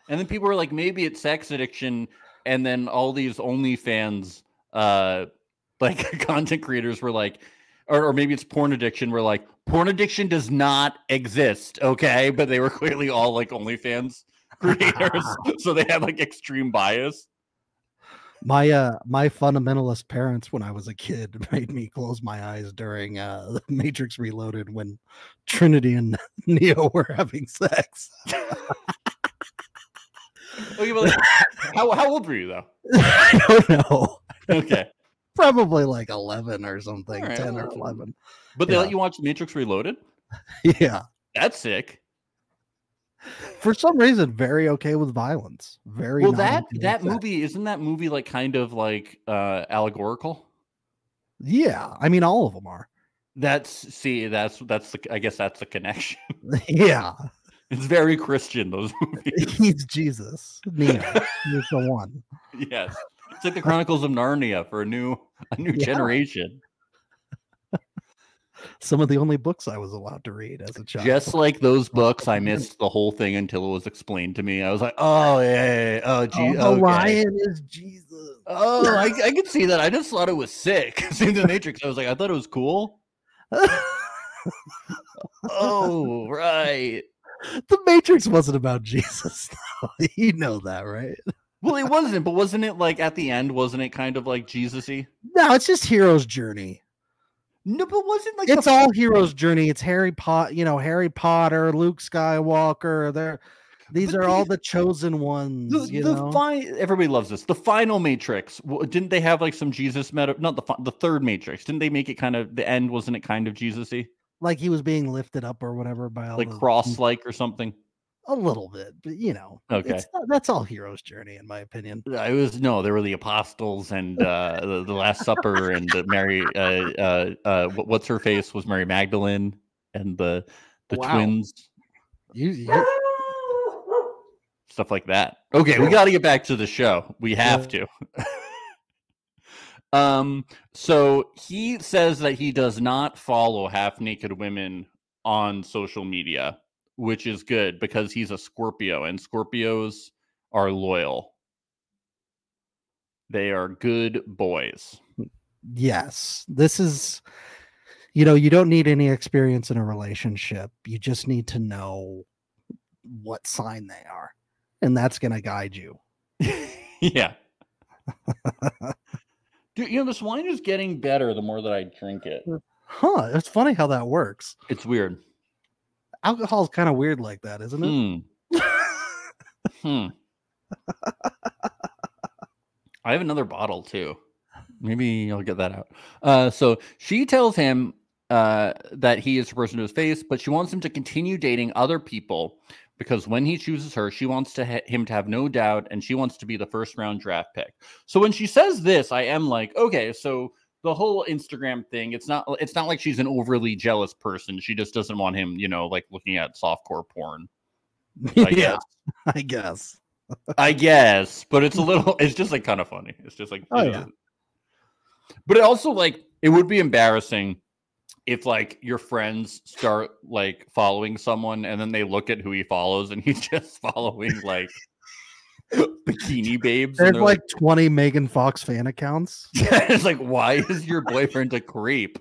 Speaker 2: And then people were like, maybe it's sex addiction. And then all these OnlyFans, uh, [LAUGHS] like content creators were like, or, or maybe it's porn addiction. We're like, porn addiction does not exist. Okay. But they were clearly all like OnlyFans [LAUGHS] creators. so they had like extreme bias.
Speaker 3: My uh my fundamentalist parents when I was a kid [LAUGHS] made me close my eyes during uh [LAUGHS] the Matrix Reloaded when Trinity and [LAUGHS] Neo were having sex. [LAUGHS]
Speaker 2: Okay, but like, how, how old were you though?
Speaker 3: I don't know. [LAUGHS]
Speaker 2: Okay.
Speaker 3: Probably like eleven or something,
Speaker 2: All right,
Speaker 3: ten or
Speaker 2: well,
Speaker 3: eleven. [LAUGHS]
Speaker 2: But they
Speaker 3: Yeah.
Speaker 2: let you watch Matrix Reloaded?
Speaker 3: Yeah.
Speaker 2: That's sick.
Speaker 3: For some reason, very okay with violence. Very
Speaker 2: Well,
Speaker 3: not
Speaker 2: that
Speaker 3: okay with
Speaker 2: that
Speaker 3: sex.
Speaker 2: movie isn't that movie like kind of like uh allegorical?
Speaker 3: Yeah, I mean, all of them are. [LAUGHS]
Speaker 2: That's see, that's that's the I guess that's the connection. [LAUGHS]
Speaker 3: Yeah,
Speaker 2: It's very Christian, those [LAUGHS] movies.
Speaker 3: he's Jesus. Neo, he's the one.
Speaker 2: yes. It's like the Chronicles of Narnia for a new a new
Speaker 3: Yeah.
Speaker 2: generation.
Speaker 3: Some of the only books I was allowed to read as a child.
Speaker 2: Just like those books, I missed the whole thing until it was explained to me. I was like, oh yeah, yeah, yeah. oh
Speaker 3: oh,
Speaker 2: gee,
Speaker 3: the
Speaker 2: okay.
Speaker 3: lion is [LAUGHS] Jesus.
Speaker 2: Oh, I, I could see that. I just thought it was sick. [LAUGHS] Seeing the Matrix, I was like, I thought it was cool. Oh, right.
Speaker 3: the Matrix wasn't about Jesus. [LAUGHS] Though. you know that, right?
Speaker 2: Well, it wasn't, but wasn't it like at the end? Wasn't it kind of like Jesus-y?
Speaker 3: No, it's just hero's journey.
Speaker 2: No, but wasn't like
Speaker 3: It's all hero's journey. It's Harry Potter. You know, Harry Potter, Luke Skywalker. They're these
Speaker 2: But
Speaker 3: are all
Speaker 2: these-
Speaker 3: the chosen ones.
Speaker 2: the,
Speaker 3: you
Speaker 2: the
Speaker 3: know?
Speaker 2: fi- everybody loves this. The final Matrix w- didn't they have like some Jesus meta? Not the fi- the third Matrix didn't they make it kind of the end? Wasn't it kind of Jesusy,
Speaker 3: like he was being lifted up or whatever by all
Speaker 2: like
Speaker 3: the-
Speaker 2: cross like [LAUGHS] or something?
Speaker 3: a little bit, but you know,
Speaker 2: Okay.
Speaker 3: it's not- that's all hero's journey, in my opinion.
Speaker 2: I was no, there were the apostles and uh, the, the Last Supper and the Mary. Uh, uh, uh, wh- what's her face was Mary Magdalene and the the
Speaker 3: Wow.
Speaker 2: twins
Speaker 3: You, you-
Speaker 2: stuff like that. Okay, we got to get back to the show. We have to. [LAUGHS] um so he says that he does not follow half naked women on social media, which is good because he's a Scorpio and Scorpios are loyal. They are good boys. [LAUGHS]
Speaker 3: yes, this is, you know, you don't need any experience in a relationship. You just need to know what sign they are, and that's going to guide you.
Speaker 2: yeah. Dude, you know this wine is getting better the more that I drink it.
Speaker 3: Huh? It's funny how that works.
Speaker 2: It's weird.
Speaker 3: Alcohol's kind of weird like that, isn't it?
Speaker 2: Hmm. hmm. I have another bottle too. Maybe I'll get that out. Uh, so she tells him uh, that he is the person to his face, but she wants him to continue dating other people because when he chooses her, she wants to ha- him to have no doubt, and she wants to be the first round draft pick. So when she says this, I am like, okay, so the whole Instagram thing, it's not it's not like she's an overly jealous person. She just doesn't want him, you know, like looking at softcore porn. Hmm,
Speaker 3: [LAUGHS]
Speaker 2: I guess.
Speaker 3: I guess.
Speaker 2: I guess, but it's a little. It's just like kind of funny. It's just like,
Speaker 3: Oh,
Speaker 2: you
Speaker 3: yeah.
Speaker 2: know. but it also like it would be embarrassing if like your friends start like following someone and then they look at who he follows and he's [LAUGHS] just following like bikini babes. and
Speaker 3: There's
Speaker 2: they're
Speaker 3: like 20 Megan Fox fan accounts. [LAUGHS]
Speaker 2: [LAUGHS] it's like, why is your boyfriend a creep?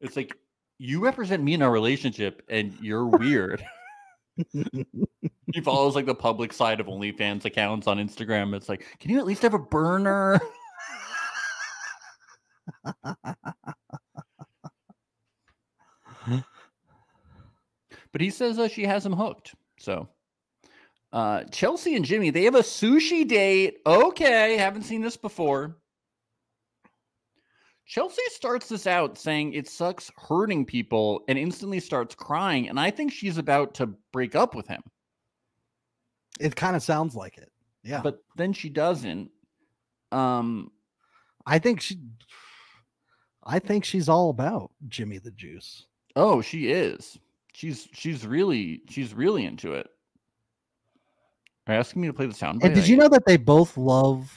Speaker 2: It's like you represent me in our relationship and you're weird. he follows like the public side of OnlyFans accounts on Instagram. It's like, can you at least have a burner? [LAUGHS] but he says uh, she has him hooked. So, uh, Chelsea and Jimmy, they have a sushi date. Okay, haven't seen this before. Chelsea starts this out saying it sucks hurting people and instantly starts crying. And I think she's about to break up with him,
Speaker 3: It kind of sounds like it. Yeah.
Speaker 2: but then she doesn't. Um,
Speaker 3: I think she I think she's all about Jimmy the Juice.
Speaker 2: Oh, she is. She's she's really she's really into it. Are you asking me to play the sound?
Speaker 3: And
Speaker 2: bite?
Speaker 3: did you know that they both love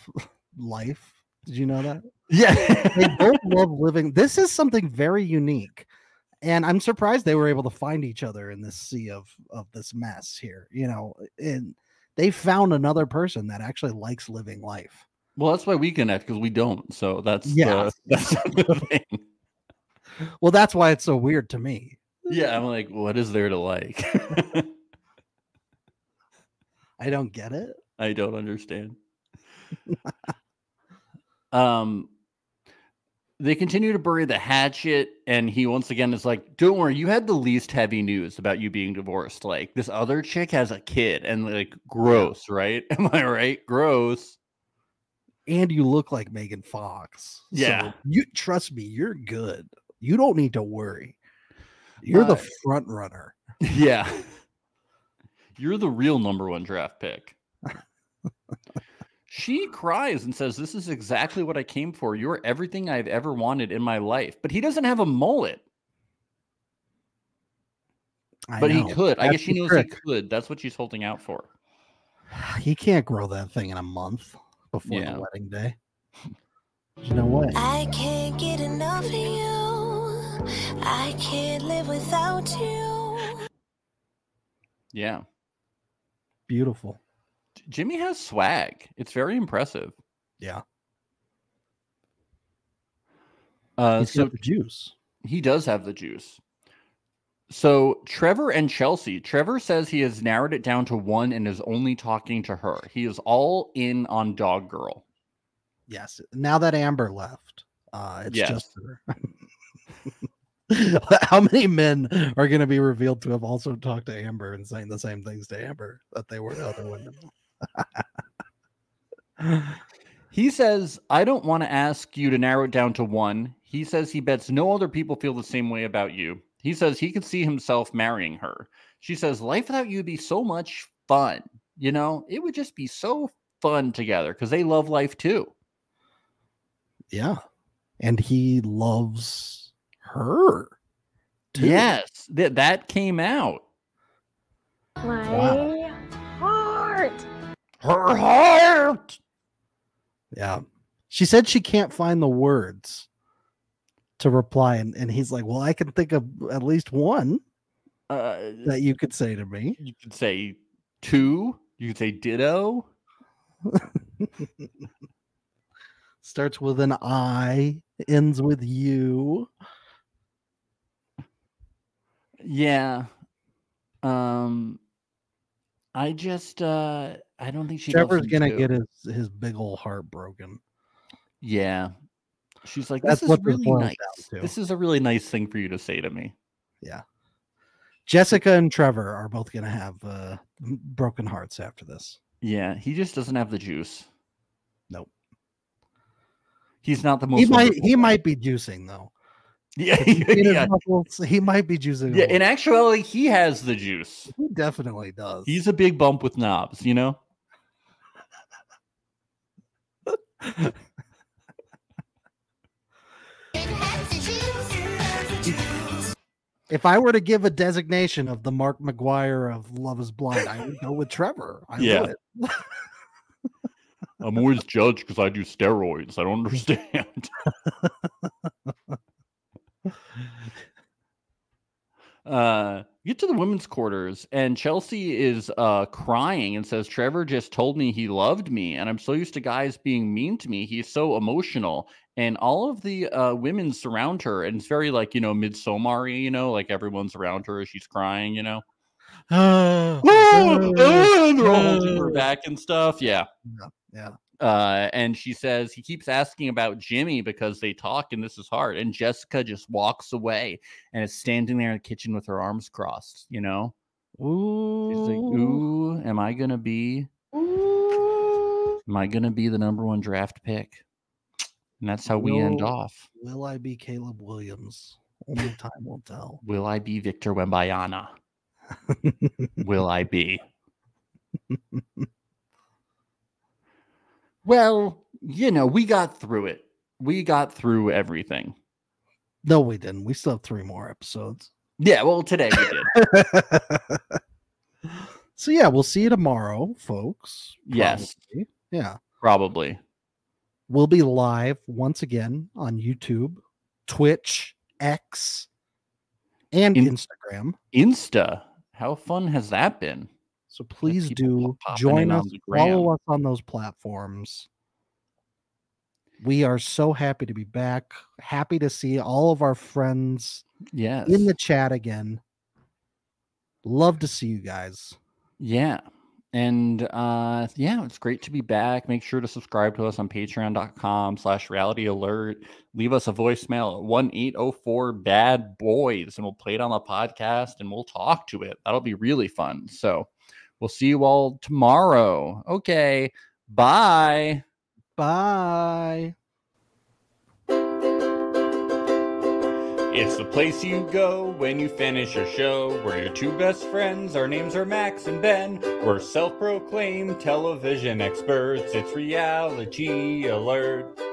Speaker 3: life? Did you know that?
Speaker 2: [LAUGHS]
Speaker 3: They
Speaker 2: Yeah.
Speaker 3: both love living. This is something very unique. And I'm surprised they were able to find each other in this sea of of this mess here, you know, and they found another person that actually likes living life.
Speaker 2: well, that's why we connect because we don't. So that's
Speaker 3: Yeah.
Speaker 2: the, [LAUGHS] that's the thing.
Speaker 3: Well, that's why it's so weird to me.
Speaker 2: Yeah, I'm like, what is there to like? [LAUGHS]
Speaker 3: I don't get it.
Speaker 2: I don't understand. um they continue to bury the hatchet and he once again is like, "Don't worry, you had the least heavy news about you being divorced. Like this other chick has a kid and like gross, right? [LAUGHS] Am I right? Gross."
Speaker 3: and you look like Megan Fox. So
Speaker 2: Yeah.
Speaker 3: you trust me, you're good. You don't need to worry. You're
Speaker 2: Uh,
Speaker 3: the front runner.
Speaker 2: [LAUGHS] yeah. You're the real number 1 draft
Speaker 3: [LAUGHS]
Speaker 2: pick. She cries and says, "This is exactly what I came for. You're everything I've ever wanted in my life." But he doesn't have a mullet.
Speaker 3: I
Speaker 2: But
Speaker 3: know.
Speaker 2: he could. I
Speaker 3: That's
Speaker 2: guess she
Speaker 3: the
Speaker 2: knows
Speaker 3: trick.
Speaker 2: he could. That's what she's holding out for.
Speaker 3: [SIGHS] He can't grow that thing in a month before
Speaker 2: Yeah.
Speaker 3: the wedding
Speaker 2: [LAUGHS]
Speaker 3: day. There's no way.
Speaker 9: I can't get enough of you. I can't live without you.
Speaker 2: Yeah.
Speaker 3: Beautiful.
Speaker 2: J- Jimmy has swag. It's very impressive.
Speaker 3: Yeah.
Speaker 2: Uh,
Speaker 3: He's
Speaker 2: so
Speaker 3: got the juice.
Speaker 2: he does have the juice. So Trevor and Chelsea. Trevor says he has narrowed it down to one and is only talking to her. He is all in on Dog Girl.
Speaker 3: Yes. Now that Amber left, uh, it's
Speaker 2: Yes.
Speaker 3: just her. [LAUGHS] How many men are going to be revealed to have also talked to Amber and saying the same things to Amber that they were to other women? [LAUGHS]
Speaker 2: He says, I don't want to ask you to narrow it down to one. He says he bets no other people feel the same way about you. He says he could see himself marrying her. She says, Life without you would be so much fun. You know, it would just be so fun together because they love life too.
Speaker 3: Yeah. And he loves her. too.
Speaker 2: Yes, that that came out.
Speaker 4: My
Speaker 3: Wow.
Speaker 4: heart.
Speaker 2: Her heart.
Speaker 3: Yeah. She said she can't find the words to reply. And, and he's like, Well, I can think of at least one
Speaker 2: Uh,
Speaker 3: that you could say to me.
Speaker 2: you could say two. You could say ditto.
Speaker 3: Starts with an I, ends with you.
Speaker 2: Yeah. Um I just uh I don't think she loves
Speaker 3: Trevor's
Speaker 2: him
Speaker 3: going to
Speaker 2: too.
Speaker 3: get his, his big old heart broken.
Speaker 2: Yeah. She's like
Speaker 3: That's
Speaker 2: this is
Speaker 3: what this
Speaker 2: really
Speaker 3: boils
Speaker 2: nice.
Speaker 3: down to."
Speaker 2: This is a really nice thing for you to say to me.
Speaker 3: Jessica and Trevor are both going to have uh, m- broken hearts after this.
Speaker 2: Yeah, he just doesn't have the juice.
Speaker 3: Nope.
Speaker 2: He's not the most
Speaker 3: He might,
Speaker 2: wonderful
Speaker 3: he
Speaker 2: guy.
Speaker 3: might be juicing, though.
Speaker 2: [LAUGHS] Yeah,
Speaker 3: In his
Speaker 2: yeah.
Speaker 3: muscles, He might be juicing. a
Speaker 2: yeah,
Speaker 3: little
Speaker 2: in actuality he has the juice.
Speaker 3: He definitely does.
Speaker 2: He's a big bump with knobs, you know?
Speaker 3: if I were to give a designation of the Mark McGuire of Love is Blind, I would go with Trevor. I
Speaker 2: Yeah.
Speaker 3: would.
Speaker 2: I'm always judged because I do steroids. I don't understand. [LAUGHS] uh, You get to the women's quarters, and Chelsea is uh, crying and says, Trevor just told me he loved me, and I'm so used to guys being mean to me. He's so emotional. And all of the uh, women surround her, and it's very like, you know, midsomary, you know, like everyone's around her as she's crying, you know. Oh,
Speaker 3: Oh,
Speaker 2: [LAUGHS] They're all holding her back and stuff. Yeah.
Speaker 3: Yeah, yeah.
Speaker 2: Uh, and she says he keeps asking about Jimmy because they talk and this is hard. And Jessica just walks away and is standing there in the kitchen with her arms crossed, you know? She's like, Ooh, am I gonna be
Speaker 5: Mm.
Speaker 2: am I gonna be the number one draft pick? And that's how we end
Speaker 3: No.
Speaker 2: off.
Speaker 3: Will I be Caleb Williams? Only time will
Speaker 2: [LAUGHS]
Speaker 3: tell.
Speaker 2: Will I be Victor Wembayana? Will I be? [LAUGHS] well, you know, we got through it. We got through everything.
Speaker 3: no, we didn't. We still have three more episodes.
Speaker 2: Yeah, well, today we [LAUGHS] did.
Speaker 3: so yeah, we'll see you tomorrow, folks.
Speaker 2: Yes.
Speaker 3: probably. Yeah.
Speaker 2: Probably.
Speaker 3: We'll be live once again on YouTube, Twitch, X, and
Speaker 2: In-
Speaker 3: Instagram.
Speaker 2: Insta. How fun has that been?
Speaker 3: So please
Speaker 2: people
Speaker 3: do
Speaker 2: pop- popping
Speaker 3: join
Speaker 2: in on
Speaker 3: us,
Speaker 2: the
Speaker 3: follow
Speaker 2: gram.
Speaker 3: us on those platforms. We are so happy to be back. Happy to see all of our friends
Speaker 2: Yes.
Speaker 3: in the chat again. Love to see you guys.
Speaker 2: yeah. And uh yeah, it's great to be back. Make sure to subscribe to us on patreon.com slash reality alert. Leave us a voicemail at one eight oh four bad boys and we'll play it on the podcast and we'll talk to it. That'll be really fun. So we'll see you all tomorrow. Okay. Bye.
Speaker 3: Bye.
Speaker 1: It's the place you go when you finish a show. We're your two best friends. Our names are Max and Ben. We're self proclaimed television experts. It's reality alert.